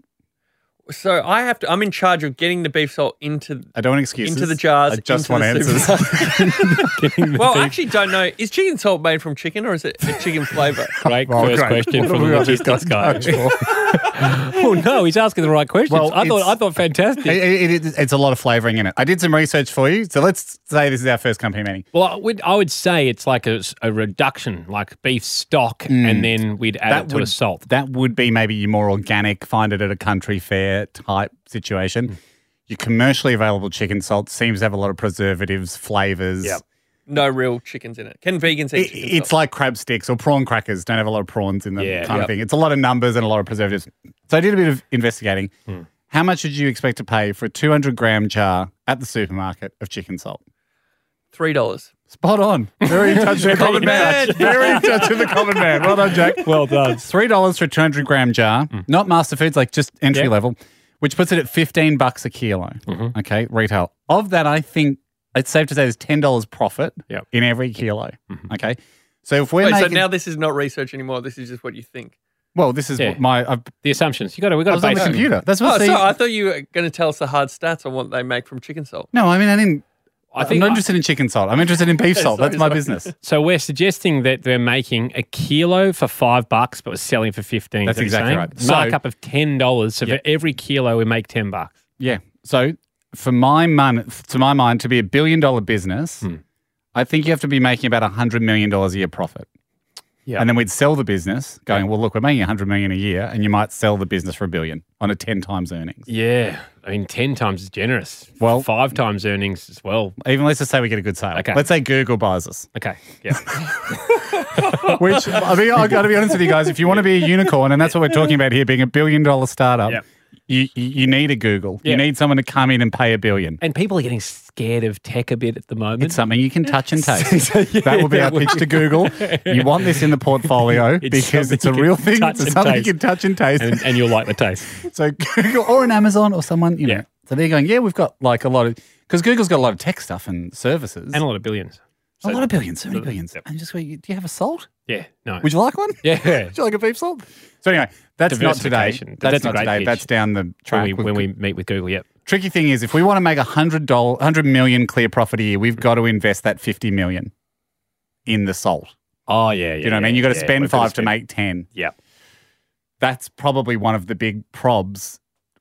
S7: So I have to. I'm in charge of getting the beef salt into
S4: I don't want excuses.
S7: into the jars.
S4: I just
S7: into
S4: want
S7: the
S4: answers.
S7: supermarket. well, I actually don't know. Is chicken salt made from chicken or is it a chicken flavour?
S3: Great
S4: Oh, Well,
S3: first
S4: great.
S3: question
S4: What
S3: from
S4: have
S3: the
S4: we got this
S3: logistics
S4: guy
S3: guy.
S4: in charge
S3: oh no, he's asking the right questions. I thought
S4: it's-
S3: I thought fantastic.
S4: It- it- it- it's a lot of flavouring in it. I did some research for you. So let's say this is our first company meeting.
S3: well, I would, I would say it's like a, s- a reduction, like beef stock,
S4: Mm.
S3: and then we'd add it to a salt.
S4: That would be maybe your more organic, find it at a country fair type situation.
S3: Hmm.
S4: Your commercially available chicken salt seems to have a lot of preservatives, flavors.
S7: Yep. No real chickens in it. Can vegans eat?
S4: It-
S7: chicken
S4: it's like crab sticks or prawn crackers. Don't have a lot of prawns in them,
S7: Yeah.
S4: kind
S7: Yep.
S4: of thing. It's a lot of numbers and a lot of preservatives. So I did a bit of investigating.
S3: Hmm.
S4: How much would you expect to pay for a 200 gram jar at the supermarket of chicken salt?
S7: Three dollars.
S4: Spot on. Very in touch with the common man. Very in touch with the common man. Well done, Jack. Well done. Three dollars for a two hundred gram jar, not master foods, like just entry
S3: Yeah.
S4: level, which puts it at fifteen bucks a kilo. Okay, retail. Of that, I think it's safe to say there's ten dollars profit in every kilo. Okay, so if we're
S7: Wait, so
S4: making,
S7: now this is not research anymore. This is just what you think.
S4: well, this is
S7: Yeah.
S4: my I've,
S3: the assumptions. You got to we
S4: I was on the computer. That's
S7: oh,
S4: what the
S7: sorry, I thought you were going to tell us the hard stats on what they make from chicken salt.
S4: no. I mean, I didn't. I
S3: think
S4: am not interested in chicken salt. I'm interested in beef salt.
S7: Sorry,
S4: That's my
S7: sorry.
S4: business.
S3: So we're suggesting that they're making a kilo for five bucks, but we're selling for fifteen.
S4: That's
S3: Is that what you're
S4: exactly
S3: saying?
S4: right. So-
S3: Markup of ten dollars. So for every kilo, we make ten bucks.
S4: Yeah. So for my mon- to my mind, to be a billion dollar business, I think you have to be making about hundred million dollars a year profit.
S3: Yeah.
S4: And then we'd sell the business, going, well, look, we're making hundred million a year, and you might sell the business for a billion on a ten times earnings.
S3: Yeah, I mean, ten times is generous.
S4: Well-
S3: five times earnings as well.
S4: Even let's just say we get a good sale.
S3: Okay.
S4: Let's say Google buys us.
S3: Okay. Yeah.
S4: Which I mean, I've got to be honest with you guys. If you want to be a unicorn, and that's what we're talking about here, being a billion dollar startup, you you you need a Google. You
S3: Yeah.
S4: need someone to come in and pay a billion.
S3: and people are getting scared of tech a bit at the moment.
S4: It's something you can touch and taste. that will be our pitch to Google. You want this in the portfolio
S3: It's
S4: because
S3: something
S4: it's a
S3: you can
S4: real thing.
S3: touch
S4: It's
S3: and
S4: something you
S3: taste.
S4: can touch and taste.
S3: and, and you'll like the taste.
S4: so Google or an Amazon or someone, you know. So they're going, yeah, we've got like a lot of because Google's got a lot of tech stuff and services
S3: And a lot of billions.
S4: a lot of billions, so many
S3: so-
S4: billions. And just where you, do you have a salt?
S3: Yeah. No.
S4: Would you like one?
S3: Yeah.
S4: Would you like a beef salt? So anyway, that's not today.
S3: Diversification.
S4: That's,
S3: That's a
S4: not
S3: great
S4: today.
S3: pitch.
S4: That's down the track.
S3: When we,
S4: We've
S3: when
S4: got-
S3: we meet with Google, yep.
S4: Tricky thing is, if we want to make a hundred dollar, hundred million clear profit a year, we've got to invest that fifty million in the salt.
S3: Oh yeah, yeah.
S4: you know what I mean? You've got to spend five to make ten.
S3: Yeah.
S4: That's probably one of the big probs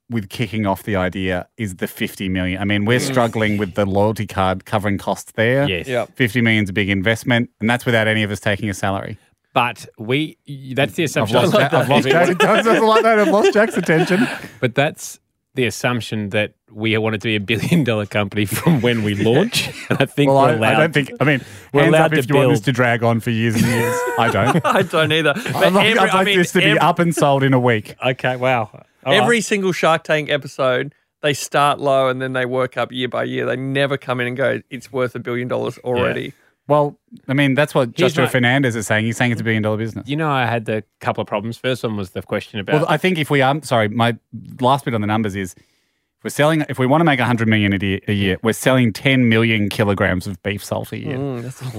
S4: with kicking off the idea is the 50 million. I mean, we're
S3: Mm.
S4: struggling with the loyalty card covering costs there.
S3: Yes. Yep.
S4: 50 million's a big investment, and that's without any of us taking a salary.
S3: But we, that's the
S4: I've
S3: assumption.
S4: lost, Ja- I've lost, Ja- it doesn't like that. I've lost Jack's attention.
S3: But that's the assumption that we wanted to be a billion dollar company from when we launch. And I think
S4: Well,
S3: we're
S4: I,
S3: allowed.
S4: I don't think, I mean,
S3: we're
S4: hands
S3: allowed
S4: up
S3: to
S4: if you want this
S3: build.
S4: to drag on for years and years. I don't.
S7: I don't either.
S4: I'd
S7: But
S4: like,
S7: every-
S4: I'd like
S7: I mean,
S4: this to be
S7: every-
S4: up and sold in a week.
S3: Okay, wow.
S7: e-, Every single Shark Tank episode, they start low and then they work up year by year. They never come in and go, it's worth a billion dollars already.
S4: Well, I mean, that's what
S3: Here's
S4: Joshua
S3: my-
S4: Fernandez is saying. He's saying it's a billion dollar business.
S3: You know, I had the couple of problems. First one was the question about.
S4: Well, I think if we are, sorry, my last bit on the numbers is if we're selling, if we want to make 100 million a year, a year we're selling 10 million kilograms of beef salt a year.
S7: Mm.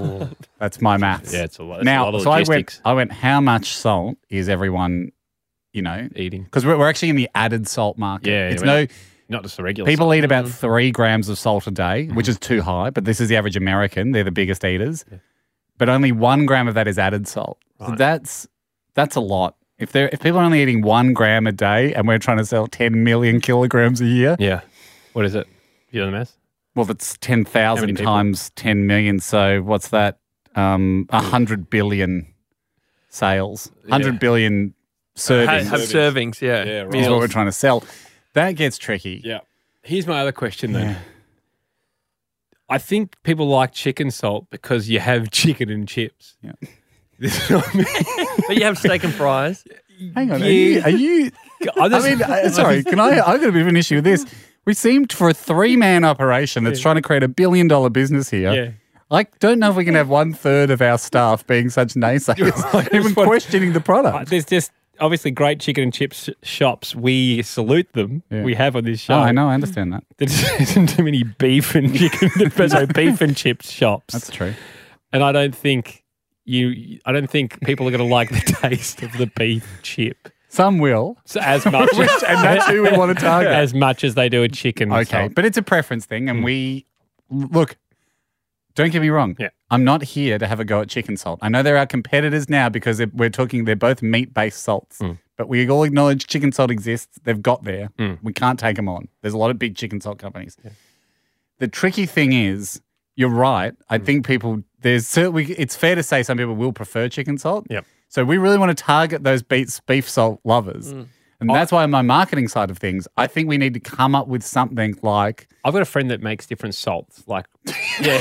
S4: That's my maths.
S3: Yeah, it's a lot- it's a
S4: Now,
S3: lot of
S4: so I went,
S3: logistics.
S4: I went, how much salt is everyone, you know,
S3: eating?
S4: Because we're, we're actually in the added salt market.
S3: yeah,
S4: It's
S3: I
S4: no,
S3: mean, not just the regular.
S4: people
S3: stuff.
S4: eat about three grams of salt a day, which is too high, but this is the average American. They're the biggest eaters. But only one gram of that is added salt. So
S3: Right.
S4: that's that's a lot. If they're if people are only eating one gram a day and we're trying to sell ten million kilograms a year,
S3: Yeah. What is it? You know the math?
S4: well that's ten
S3: How many
S4: thousand
S3: people?
S4: times ten million. So what's that? Um a hundred billion sales. Hundred
S7: Yeah.
S4: billion
S7: Have,
S4: servings
S7: have servings, yeah.
S3: Yeah,
S4: is what
S3: rolls.
S4: we're trying to sell. That gets tricky.
S3: Yeah. Here's my other question then. I think people like chicken salt because you have chicken and chips.
S4: Yeah.
S7: But you have steak and fries.
S4: Hang on,
S3: Yeah.
S4: are you? Are
S3: I
S4: you I
S3: just-
S4: mean, I- sorry. Can I? I've got a bit of an issue with this. We seemed for a three-man operation that's trying to create a billion-dollar business here.
S3: Yeah.
S4: I don't know if we can have one third of our staff being such naysayers, even questioning the
S3: Uh,
S4: product.
S3: There's just obviously great chicken and chips shops. We salute them.
S4: Yeah.
S3: We have on this show.
S4: Oh, I know, I understand that.
S3: There's isn't too many beef and chicken, so beef and chips shops.
S4: That's true.
S3: and I don't think you. I don't think people are going to like the taste of the beef chip
S4: Some will,
S3: so as much.
S4: Which-
S3: as,
S4: and that's who we want to target.
S3: As much as they do a chicken.
S4: okay,
S3: salt.
S4: but it's a preference thing,
S3: Hmm.
S4: and we look. Don't get me wrong.
S3: Yeah.
S4: I'm not here to have a go at chicken salt. I know they're our competitors now because they're- we're talking. They're both meat-based salts,
S3: Hmm.
S4: but we all acknowledge chicken salt exists. They've got there.
S3: Mm.
S4: We can't take them on. There's a lot of big chicken salt companies. The tricky thing is, you're right. I
S3: Hmm.
S4: think people there's certainly it's fair to say some people will prefer chicken salt.
S3: Yep.
S4: So we really want to target those beets beef salt lovers.
S3: Hmm.
S4: And that's why on my marketing side of things, I think we need to come up with something like
S3: I've got a friend that makes different salts. Like, yeah,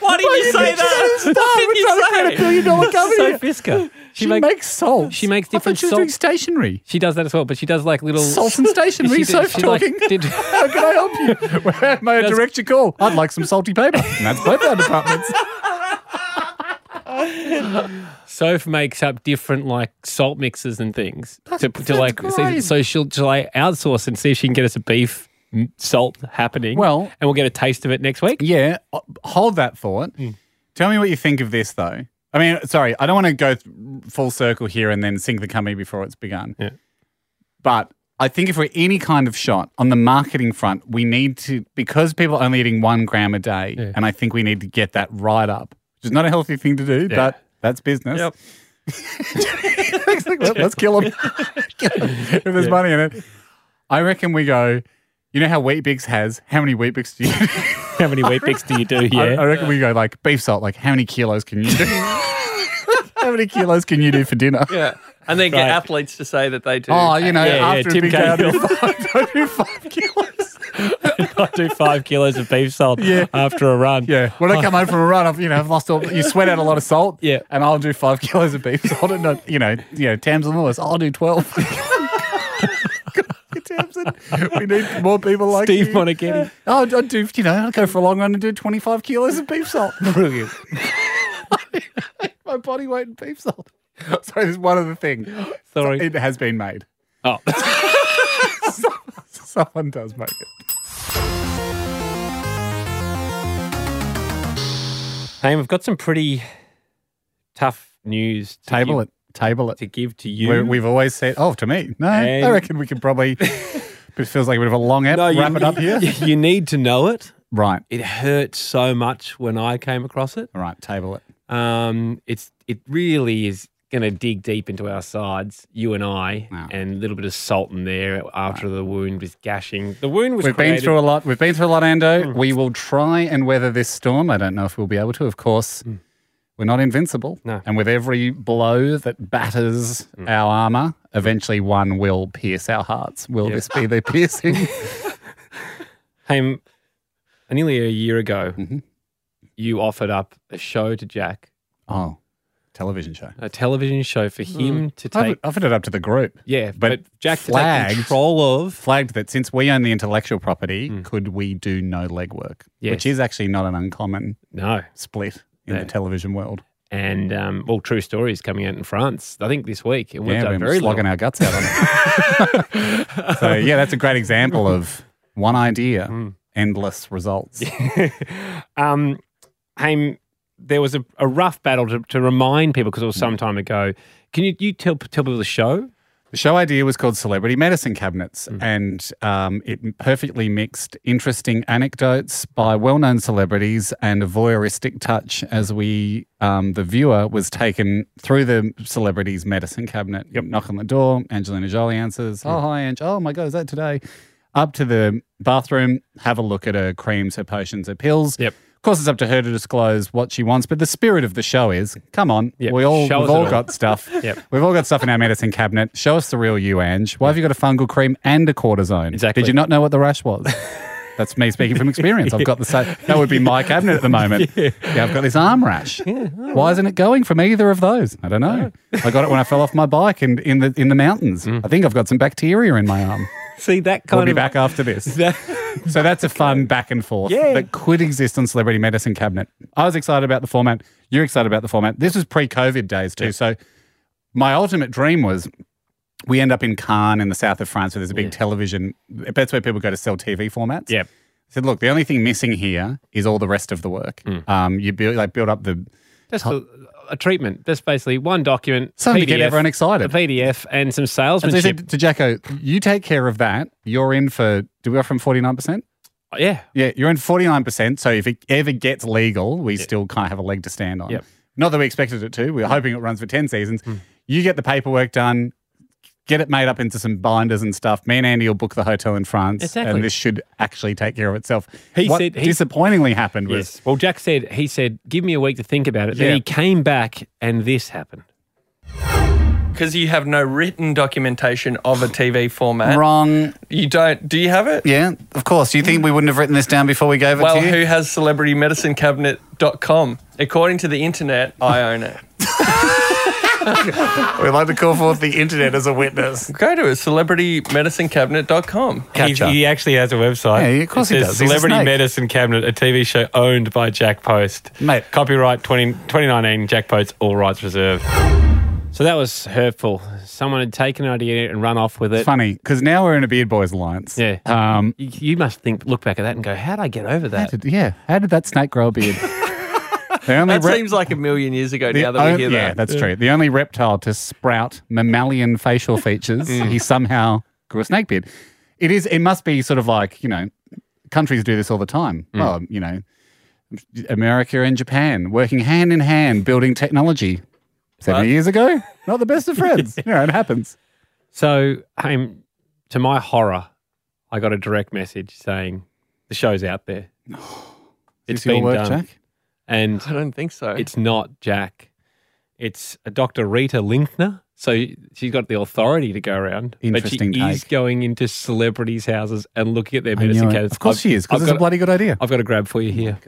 S7: Why did you say that?
S4: Stop,
S7: What did
S4: we're trying to create a
S7: you say?
S4: billion dollar company.
S3: Fisker. She, makes, salt. She makes different
S4: she was doing
S3: stationery. She does that as well, but she does like little
S4: Salt and stationery,
S3: She
S4: so
S3: did- she, like,
S4: talking.
S3: did-
S4: How can I help you? Where am I? Direct your call. I'd like some salty paper. And that's both our departments.
S3: Soph makes up different like salt mixes and things to, to
S4: that's
S3: like so,
S4: great.
S3: so she'll, she'll like outsource and see if she can get us a beef m- salt happening.
S4: Well-
S3: and we'll get a taste of it next week.
S4: Yeah, uh, hold that thought.
S3: Hmm.
S4: Tell me what you think of this, though. I mean, sorry, I don't want to go th- full circle here and then sink the company before it's begun. But I think if we're any kind of shot on the marketing front, we need to, because people are only eating one gram a day, and I think we need to get that right up, which is not a healthy thing to do,
S3: Yeah.
S4: but that's business. Yep. Let's kill them. if there's
S3: Yeah.
S4: money in it. I reckon we go, you know how Wheat Bix has? How many Wheat Bix do you How
S3: many Wheat Bix do you do? Yeah.
S4: I, I reckon we go like beef salt, like how many kilos can you do? how many kilos can you do for dinner?
S7: Yeah. And then get
S4: Right.
S7: athletes to say that they do.
S4: Oh, you know, after a big day, I do
S7: Cahill.
S4: five, I do five
S3: I do five kilos of beef salt
S4: Yeah.
S3: after a run.
S4: Yeah. When I come home from a run, I've you know I've lost all. You sweat out a lot of salt. Yeah. And I'll do five kilos of beef salt, and not, you know, you know, Tamsin Lewis, I'll do twelve. Tamsin, we need more people like
S3: Steve
S4: you.
S3: Monaghetti.
S4: I'll, I'll Oh, do. You know, I'll go for a long run and do twenty-five kilos of beef salt. Brilliant. My body weight in beef salt. Sorry, there's one other thing.
S3: Sorry.
S4: it has been made.
S3: Oh.
S4: Someone does make it.
S3: Hey, we've got some pretty tough news. To
S4: Table
S3: give,
S4: it. Table it.
S3: To give to you.
S4: we we've always said, oh, to me. No, I
S3: And-
S4: reckon we could probably, but it feels like a bit of a long app.
S3: No, you-
S4: wrap it up here.
S3: You need to know it.
S4: Right.
S3: It hurt so much when I came across it.
S4: All right, table it.
S3: Um, it's it really is going to dig deep into our sides, you and I, and a little bit of salt in there after the wound was gashing. The wound was.
S4: We've been
S3: created- Mm.
S4: through a lot. We've been through a lot, Ando. We will try and weather this storm. I don't know if we'll be able to. Of course, we're not invincible.
S3: Mm. No. Mm.
S4: And with every blow that batters our armor, eventually one will pierce our hearts. Will
S3: Yep.
S4: this be the piercing?
S3: Hey, nearly a year ago,
S4: Mm-hmm.
S3: you offered up a show to Jack,
S4: oh, television show.
S3: a television show for him to
S4: I've-
S3: take.
S4: I've offered it up to the group.
S3: Yeah,
S4: Hmm. but,
S3: but, Jack to
S4: flagged,
S3: take control of. Mm.
S4: flagged that since we own the intellectual property, could we do no legwork?
S3: Yes.
S4: Which is actually not an uncommon
S3: No,
S4: split in
S3: No.
S4: the television world.
S3: and um, well, True Story is coming out in France, I think this week, and we've
S4: yeah,
S3: done
S4: we're
S3: very
S4: slogging
S3: little.
S4: our guts out on it. so yeah, that's a great example of one idea, endless results.
S3: um, Haim, there was a, a rough battle to, to remind people because it was some time ago. Can you, you tell tell people the show?
S4: The show idea was called Celebrity Medicine Cabinets,
S3: Mm-hmm.
S4: and um, it perfectly mixed interesting anecdotes by well-known celebrities and a voyeuristic touch as we, um, the viewer, was taken through the celebrity's medicine cabinet. Yep, knock on the door. Angelina Jolie answers.
S3: Mm.
S4: Oh hi, Ange. Oh my God, is that today? Up to the bathroom, have a look at her creams, her potions, her pills.
S3: Yep.
S4: Of course, it's up to her to disclose what she wants, but the spirit of the show is, come on,
S3: Yep,
S4: we all, we've
S3: show us it
S4: all
S3: all.
S4: got stuff.
S3: Yep.
S4: We've all got stuff in our medicine cabinet. Show us the real you, Ange. Why have you got a fungal cream and a cortisone?
S3: Exactly.
S4: Did you not know what the rash was? That's me speaking from experience. I've got the same. That would be my cabinet at the moment. Yeah, I've got this arm rash.
S3: oh.
S4: Why isn't it going from either of those? I don't know. I got it when I fell off my bike in, in the in the mountains.
S3: Mm.
S4: I think I've got some bacteria in my arm.
S3: See that kind
S4: We'll be
S3: of
S4: back after this.
S3: that-
S4: So that's a fun back and forth
S3: Yeah.
S4: that could exist on Celebrity Medicine Cabinet. I was excited about the format. You're excited about the format. This was pre COVID days too. So my ultimate dream was we end up in Cannes in the south of France where there's a big television. That's where people go to sell TV formats.
S3: Yep.
S4: I said, look, the only thing missing here is all the rest of the work. Um, you build, like, build up the.
S3: Just a, a treatment. That's basically one document.
S4: Something to
S3: PDF,
S4: get everyone excited.
S3: A PDF and some
S4: As I
S3: salesmanship.
S4: said to Jacko, you take care of that. You're in for, do we offer him 49%?
S3: Oh, yeah.
S4: Yeah, you're in 49%. So if it ever gets legal, we still kind of have a leg to stand on.
S3: Yep. Hmm.
S4: Not that we expected it to. We are hoping it runs for 10 seasons. You get the paperwork done, get it made up into some binders and stuff. Me and Andy will book the hotel in France.
S3: Exactly.
S4: And this should actually take care of itself.
S3: He
S4: what
S3: said- he-
S4: disappointingly happened was
S3: Yes. Well, Jack said he said, "Give me a week to think about it."
S4: Yeah.
S3: Then he came back, and this happened.
S7: Because you have no written documentation of a TV format.
S4: wrong.
S7: You don't. Do you have it?
S4: Yeah, of course. Do you think we wouldn't have written this down before we gave it
S7: Well,
S4: to you?
S7: who has celebritymedicinecabinet.com? According to the internet, I own it.
S4: We'd like to call forth the internet as a witness.
S7: Go to celebritymedicinecabinet.com.
S12: He, he actually has a website.
S7: Yeah, of course
S12: It
S7: he
S12: says
S7: does. He's a
S12: Celebrity
S7: snake.
S12: Medicine Cabinet, a TV show owned by Jack Post.
S4: Mate.
S12: Copyright 20, 2019, Jack Post, all rights reserved.
S3: So that was hurtful. Someone had taken an idea and run off with it.
S12: It's funny because now we're in a Beard Boys alliance.
S3: Yeah.
S12: Um,
S3: you, you must think, look back at that and go, how did I get over that?
S4: Did- yeah. How did that snake grow a beard? The only
S7: That
S4: rep-
S7: seems like a million years ago
S4: the
S7: now that
S4: on-
S7: we hear
S4: yeah,
S7: that.
S4: that's true. The only reptile to sprout mammalian facial features, he somehow grew a snake beard. It is. It must be sort of like you know, countries do this all the time.
S12: Mm.
S4: Well, you know, America and Japan working hand in hand, building technology. Seventy years ago, not the best of friends. you know, it happens.
S3: So, um, to my horror, I got a direct message saying the show's out there.
S4: this your work, Jack?
S3: And
S7: I don't think so.
S3: It's not Jack. It's a Dr. Rita Linkner. So she's got the authority to go around.
S4: Interesting
S3: But she is
S4: take.
S3: going into celebrities' houses and looking at their
S4: I knew
S3: medicine
S4: it.
S3: cabinets.
S4: Of course
S3: I've-
S4: she is, 'cause
S3: I've
S4: it's a
S3: got
S4: bloody good idea.
S3: I've got a grab for you here.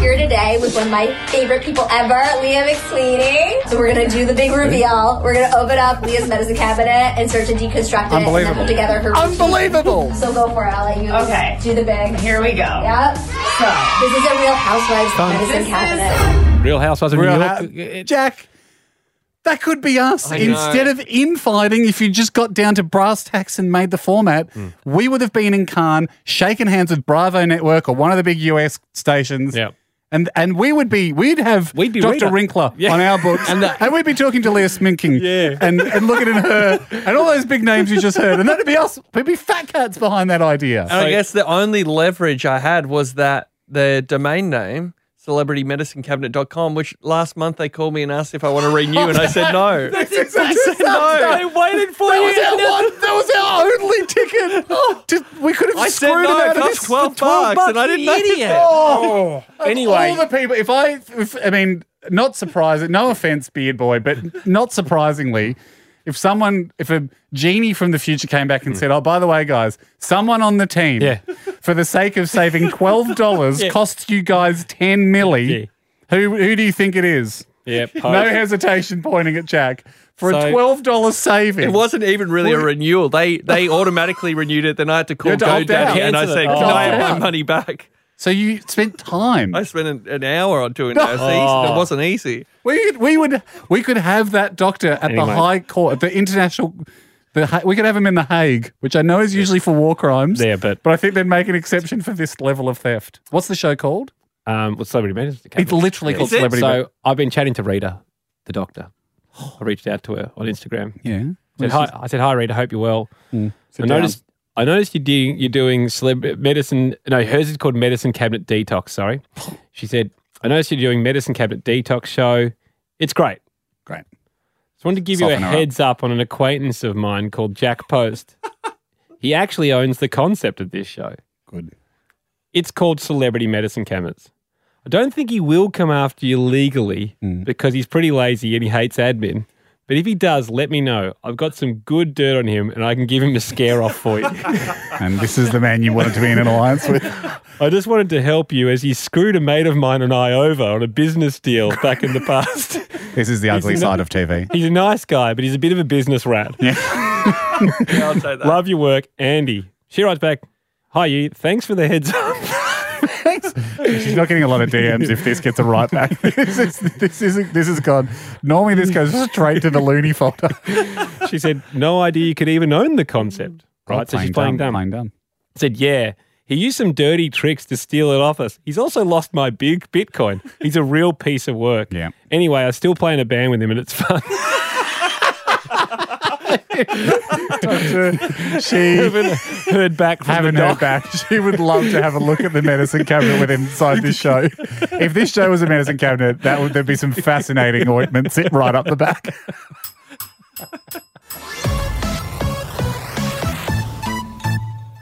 S13: Here today with one of my favorite people ever, Leah McSweeney. So we're gonna do the big reveal. We're gonna open up Leah's medicine cabinet and start to deconstruct it and then
S14: Unbelievable.
S13: put together her
S14: Unbelievable.
S13: So go for it. I'll let you
S14: Okay.
S13: do the big.
S14: Here we go.
S13: Yep. So this is a Real Housewives
S3: Fun.
S13: medicine
S3: This
S13: cabinet.
S3: Real Housewives of
S4: Real
S3: New
S4: Hou-
S3: York.
S4: Jack, that could be us.
S3: I know.
S4: Instead of infighting, if you just got down to brass tacks and made the format, we would have been in Cannes, shaking hands with Bravo Network or one of the big US stations. And and we would be we'd have we'd
S12: be Rita.
S4: Dr. Wrinkler
S12: Yeah.
S4: on our books, and, we'd be talking to Leah Sminking, yeah, and and looking at her and all those big names you just heard, and that'd be us. We'd be fat cats behind that idea.
S7: And I guess the only leverage I had was that the domain name, celebritymedicinecabinet.com, which last month they called me and asked if I want to renew, and I said no.
S4: That's exactly
S7: I said no.
S4: They waited for that
S7: you.
S4: Was our one, that was our only ticket. Just- we could have
S7: Oh. I said
S4: screwed
S7: no,
S4: it out
S7: it
S4: of
S7: cost
S4: this
S7: 12
S4: for 12
S7: bucks, and I didn't know. Idiot.
S4: Oh. Of
S7: Anyway.
S4: all the people. If I, if, I mean, not surprising. No offense, Beard Boy, but not surprisingly. If someone, if a genie from the future came back and said, "Oh, by the way, guys, someone on the team, for the sake of saving twelve dollars,
S12: Yeah.
S4: cost you guys ten milli," who who do you think it is?
S3: Yeah,
S4: no hesitation pointing at Jack for
S7: So-
S4: a twelve dollars saving.
S7: It wasn't even really a renewal. They they automatically renewed it. Then I had to call
S4: had to opt out.
S7: GoDaddy and I
S4: Cancel it.
S7: said,
S4: Oh.
S7: "Can I have
S4: Opt
S7: my
S4: out.
S7: money back?"
S4: So you spent time.
S7: I spent an, an hour on doing
S4: No.
S7: that. It, was easy.
S4: Oh.
S7: it wasn't easy.
S4: We could, we would we could have that doctor at
S7: Anyway.
S4: the High Court, at the international. The, Ha- we could have him in the Hague, which I know is usually for war crimes. Yeah,
S3: but
S4: but I think they'd make an exception for this level of theft. What's the show called?
S3: Um, well, Celebrity Medicine
S4: It's literally called Celebrity.
S3: So
S4: Med-
S3: I've been chatting to Rita, the doctor. I reached out to her on Instagram.
S4: Yeah.
S3: Said, hi, I said, "Hi, Rita. Hope you're well."
S4: Mm,
S3: I
S4: sit down.
S3: noticed. I noticed you're doing you're doing celeb- medicine. No, hers is called Medicine Cabinet Detox. Sorry, she said. I noticed you're doing Medicine Cabinet Detox show. It's great.
S4: Great.
S3: Just wanted to give
S12: Soften her
S3: you a
S12: up.
S3: heads up on an acquaintance of mine called Jack Post. he actually owns the concept of this show.
S4: Good.
S3: It's called Celebrity Medicine Cabinets. I don't think he will come after you legally because he's pretty lazy and he hates admin. But if he does, let me know. I've got some good dirt on him and I can give him a scare off for you.
S4: and this is the man you wanted to be in an alliance with.
S3: I just wanted to help you as he screwed a mate of mine and I over on a business deal back in the past.
S4: This is the ugly
S3: Isn't it-
S4: side of TV.
S3: He's a nice guy, but he's a bit of a business rat.
S4: Yeah.
S7: I'll take that.
S3: Love your work, Andy. She writes back, Hi, you. Thanks for the heads up.
S4: She's not getting a lot of DMs if this gets a right back. this is this is this is gone. Normally this goes straight to the loony folder.
S3: she said, No idea you could even own the concept.
S4: Oh,
S3: Right. so she's playing
S4: playing dumb,
S3: dumb.
S4: playing dumb.
S3: Said, Yeah. He used some dirty tricks to steal it off us. He's also lost my big Bitcoin. He's a real piece of work. Yeah. Anyway, I still play in a band with him and it's fun.
S4: she
S3: haven't heard back from
S4: haven't
S3: the
S4: heard
S3: doc.
S4: back. She would love to have a look at the medicine cabinet with inside this show. If this show was a medicine cabinet, that would there'd be some fascinating ointments sit right up the back.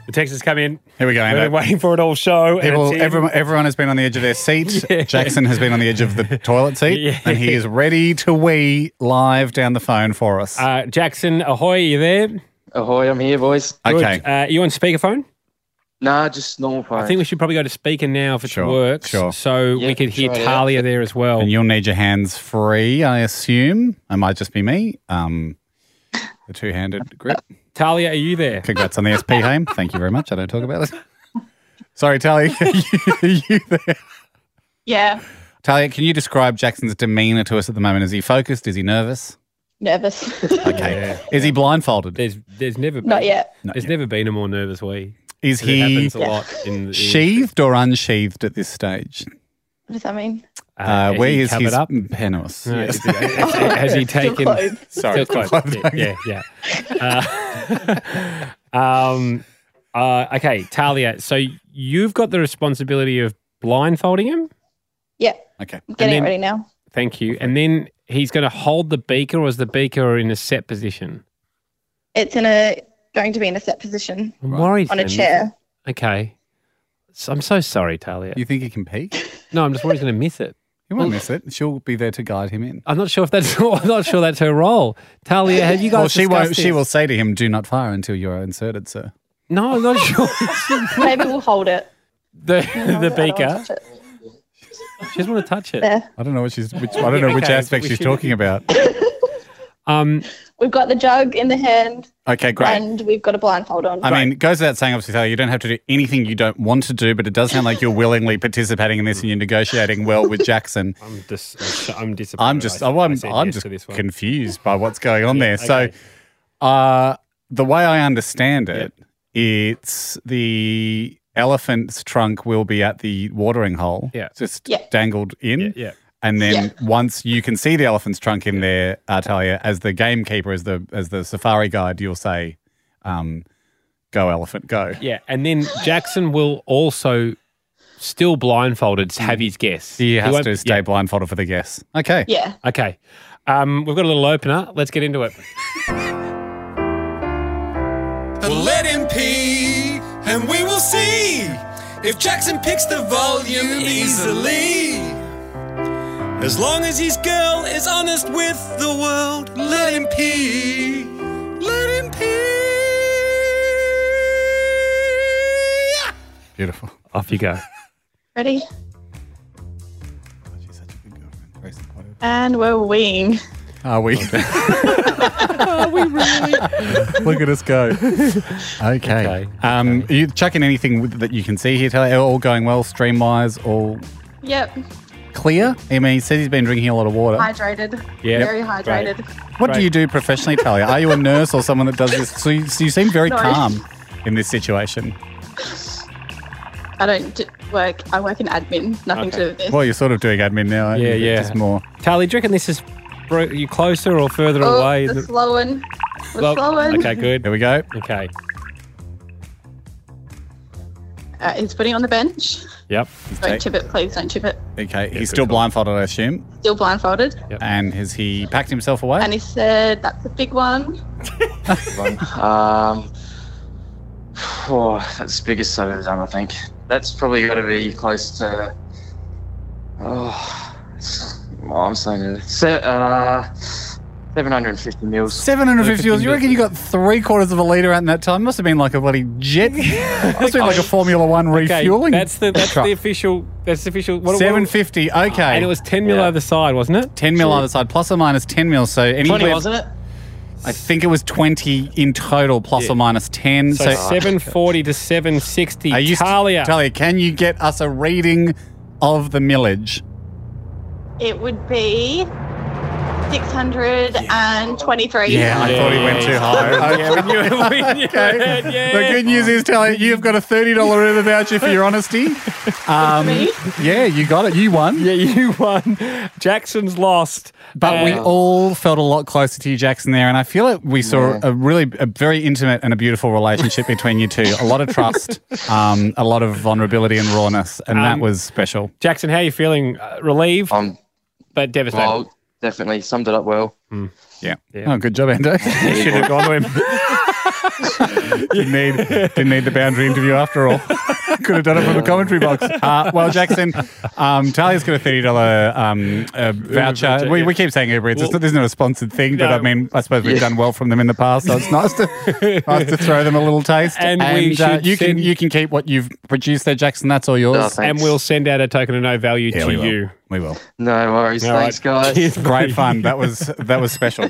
S3: The text has come in.
S4: Here we go.
S3: We've
S4: Ando.
S3: been waiting for it all show. and
S4: People,
S3: it's in.
S4: everyone, everyone has been on the edge of their seat.
S3: Yeah.
S4: Jackson has been on the edge of the toilet seat,
S3: Yeah.
S4: and he is ready to wee live down the phone for us.
S3: Uh, Jackson, ahoy, you there?
S6: Ahoy, I'm here, boys.
S4: Okay.
S3: Uh, you on speakerphone?
S6: Nah, just normal phone.
S3: I think we should probably go to speaker now if it works.
S4: sure.
S3: So we could hear
S6: sure, yeah.
S3: Talia there as well.
S4: And you'll need your hands free, I assume. It might just be me. Um, the two handed grip.
S3: Talia, are you there?
S4: Congrats on the SP, Haim. Thank you very much. I don't talk about this. Sorry, Talia. Are you, are you there?
S1: Yeah,
S4: Talia, can you describe Jackson's demeanor to us at the moment? Is he focused? Is he nervous?
S1: nervous.
S4: Okay. Is he blindfolded?
S3: There's there's never
S1: Not yet.
S3: There's never been a more nervous way.
S4: Is
S3: It
S4: he
S3: happens a lot in the
S4: sheathed or unsheathed at this stage?
S1: What does that mean?
S4: Uh,
S3: is
S4: where
S3: he
S4: is
S3: covered
S4: his
S3: up?
S4: penis?
S3: No, is he- has he- has he Still taken- clothed.
S4: Sorry,
S3: Still
S4: clothed.
S3: clothed. Yeah, yeah. Uh, um, uh, okay, Talia. So you've got the responsibility of blindfolding him.
S1: Yeah,
S4: Okay.
S1: I'm getting it ready now.
S3: Thank you. And then he's going to hold the beaker, or is the beaker in a set position?
S1: It's in a going to be in a set position
S3: I'm worried.
S1: on a
S3: then.
S1: chair.
S3: Okay. So, I'm so sorry, Talia.
S4: You think he can peek?
S3: No, I'm just worried he's going to miss it.
S4: He won't miss it. She'll be there to guide him in.
S3: I'm not sure if that's. I'm not sure that's her role. Talia, have you guys?
S4: Well, she
S3: discussed
S4: won't. She
S3: this?
S4: will say to him, "Do not fire until you are inserted, sir."
S3: No, I'm not sure.
S1: Maybe we'll hold it.
S3: The
S1: No,
S3: the
S1: I don't
S3: beaker.
S1: wanna touch it.
S3: She doesn't want to touch it.
S1: There.
S4: I don't know what she's. Which, I don't know which
S3: Okay,
S4: aspect
S3: we
S4: she's
S3: should-
S4: talking about.
S3: Um.
S1: We've got the jug in the hand,
S4: Okay, great.
S1: and we've got a blindfold on.
S4: I mean, it goes without saying, obviously, Talia, you don't have to do anything you don't want to do, but it does sound like you're willingly participating in this and you're negotiating well with Jackson.
S3: I'm just. I'm disappointed.
S4: I'm just, oh, I'm, I'm just confused by what's going on there. So, uh, the way I understand it, it's the elephant's trunk will be at the watering hole,
S3: Yeah.
S4: just
S3: Yeah.
S4: dangled in.
S3: Yeah.
S4: And then once you can see the elephant's trunk in there, uh, Talia, as the gamekeeper, as the as the safari guide, you'll say, um, "Go elephant, go."
S3: Yeah, and then Jackson will also, still blindfolded, have his guess.
S4: He has
S3: won't-
S4: to stay blindfolded for the guess. Okay.
S1: Yeah.
S3: Okay. Um, we've got a little opener. Let's get into it.
S9: Well, let him pee, and we will see if Jackson picks the volume easily. As long as his girl is honest with the world, let him pee. Let him pee.
S4: Beautiful.
S3: Off you go.
S1: Ready? And we're weeing.
S4: Are we?
S1: Are we really?
S4: Look at us go. Okay. Um, Are you chucking anything with- that you can see here, Talia? All going well, stream wise, all
S1: Yep.
S4: clear? I mean, he says he's been drinking a lot of water.
S1: Hydrated.
S4: Yeah.
S1: Very
S4: Great.
S1: hydrated.
S4: What do you do professionally, Talia? Are you a nurse or someone that does this? So you, so you seem very
S1: No.
S4: calm in this situation.
S1: I don't d- work. I work in admin. Nothing to do with this.
S4: Well, you're sort of doing admin now. aren't you?
S3: Yeah, yeah.
S4: Just more.
S3: Tally, do you reckon this is bro- you closer or further
S1: oh,
S3: away?
S1: We're slowing. We're
S3: Well,
S1: slowing.
S3: okay, good.
S4: Here we go.
S3: Okay.
S1: Uh, he's putting it on the bench.
S3: Yep.
S1: Don't chip it, please. Don't chip it.
S4: Okay. He's still blindfolded, I assume.
S1: Still blindfolded.
S4: And has he packed himself away?
S1: And he said, "That's a big one."
S6: um, oh, that's the biggest I've ever done, I think. That's probably got to be close to. Oh, oh, I'm saying se- uh, 750 mils.
S4: 750 euros. You reckon you got three quarters of a litre out in that time? Must have been like a bloody jet. Must have been like a Formula One
S3: Okay,
S4: refueling.
S3: that's the that's
S4: truck.
S3: the official that's the official what- what-
S4: 750. Okay.
S3: And it was 10 mil either side, wasn't it?
S4: 10 mil either side, plus or minus 10 mil. So anywhere,
S6: it?
S4: I think it was 20 in total, plus or minus 10.
S3: So, 740 to 760.
S4: Are you
S3: Talia.
S4: Talia, can you get us a reading of the millage?
S1: It would be six hundred and twenty-three.
S4: Yeah, I thought he went too high.
S3: Yeah, we knew it. We knew it. Yeah.
S4: The good news is, Talia, you've got a $30 Uber voucher for your honesty. Um,
S3: Me?
S4: yeah, you got it. You won.
S3: Yeah, you won. Jackson's lost.
S4: But we
S3: Uh,
S4: all felt a lot closer to you, Jackson, there. And I feel it. we saw
S3: Yeah.
S4: a really, a very intimate and a beautiful relationship between you two. A lot of trust, um, a lot of vulnerability and rawness. And that
S3: Um,
S4: was special.
S3: Jackson, how are you feeling? Uh, relieved,
S4: Um,
S3: but devastated.
S6: Um, Well, definitely summed it up well.
S4: Yeah. Oh, good job, Ando. you should have gone to him. didn't, need, didn't need the boundary interview after all. Could have done it from the commentary box. Uh, well, Jackson, um, Talia's got a $30 um, uh, voucher.
S15: voucher,
S4: we,
S15: yeah.
S4: we keep saying Uber Eats. It's not- this is not a sponsored thing, but
S15: No.
S4: I mean, I suppose we've
S15: Yeah.
S4: done well from them in the past, so it's nice to, nice to throw them a little taste. uh,
S3: And we should
S4: you, can,
S3: send-
S4: you can keep what you've produced there, Jackson. That's all yours.
S3: and we'll send out a token of no value
S4: Yeah,
S3: to
S4: we will.
S3: you.
S4: We will.
S6: No worries.
S3: All
S6: Thanks,
S3: right.
S6: guys.
S3: Cheers,
S4: Great fun. That was that was special.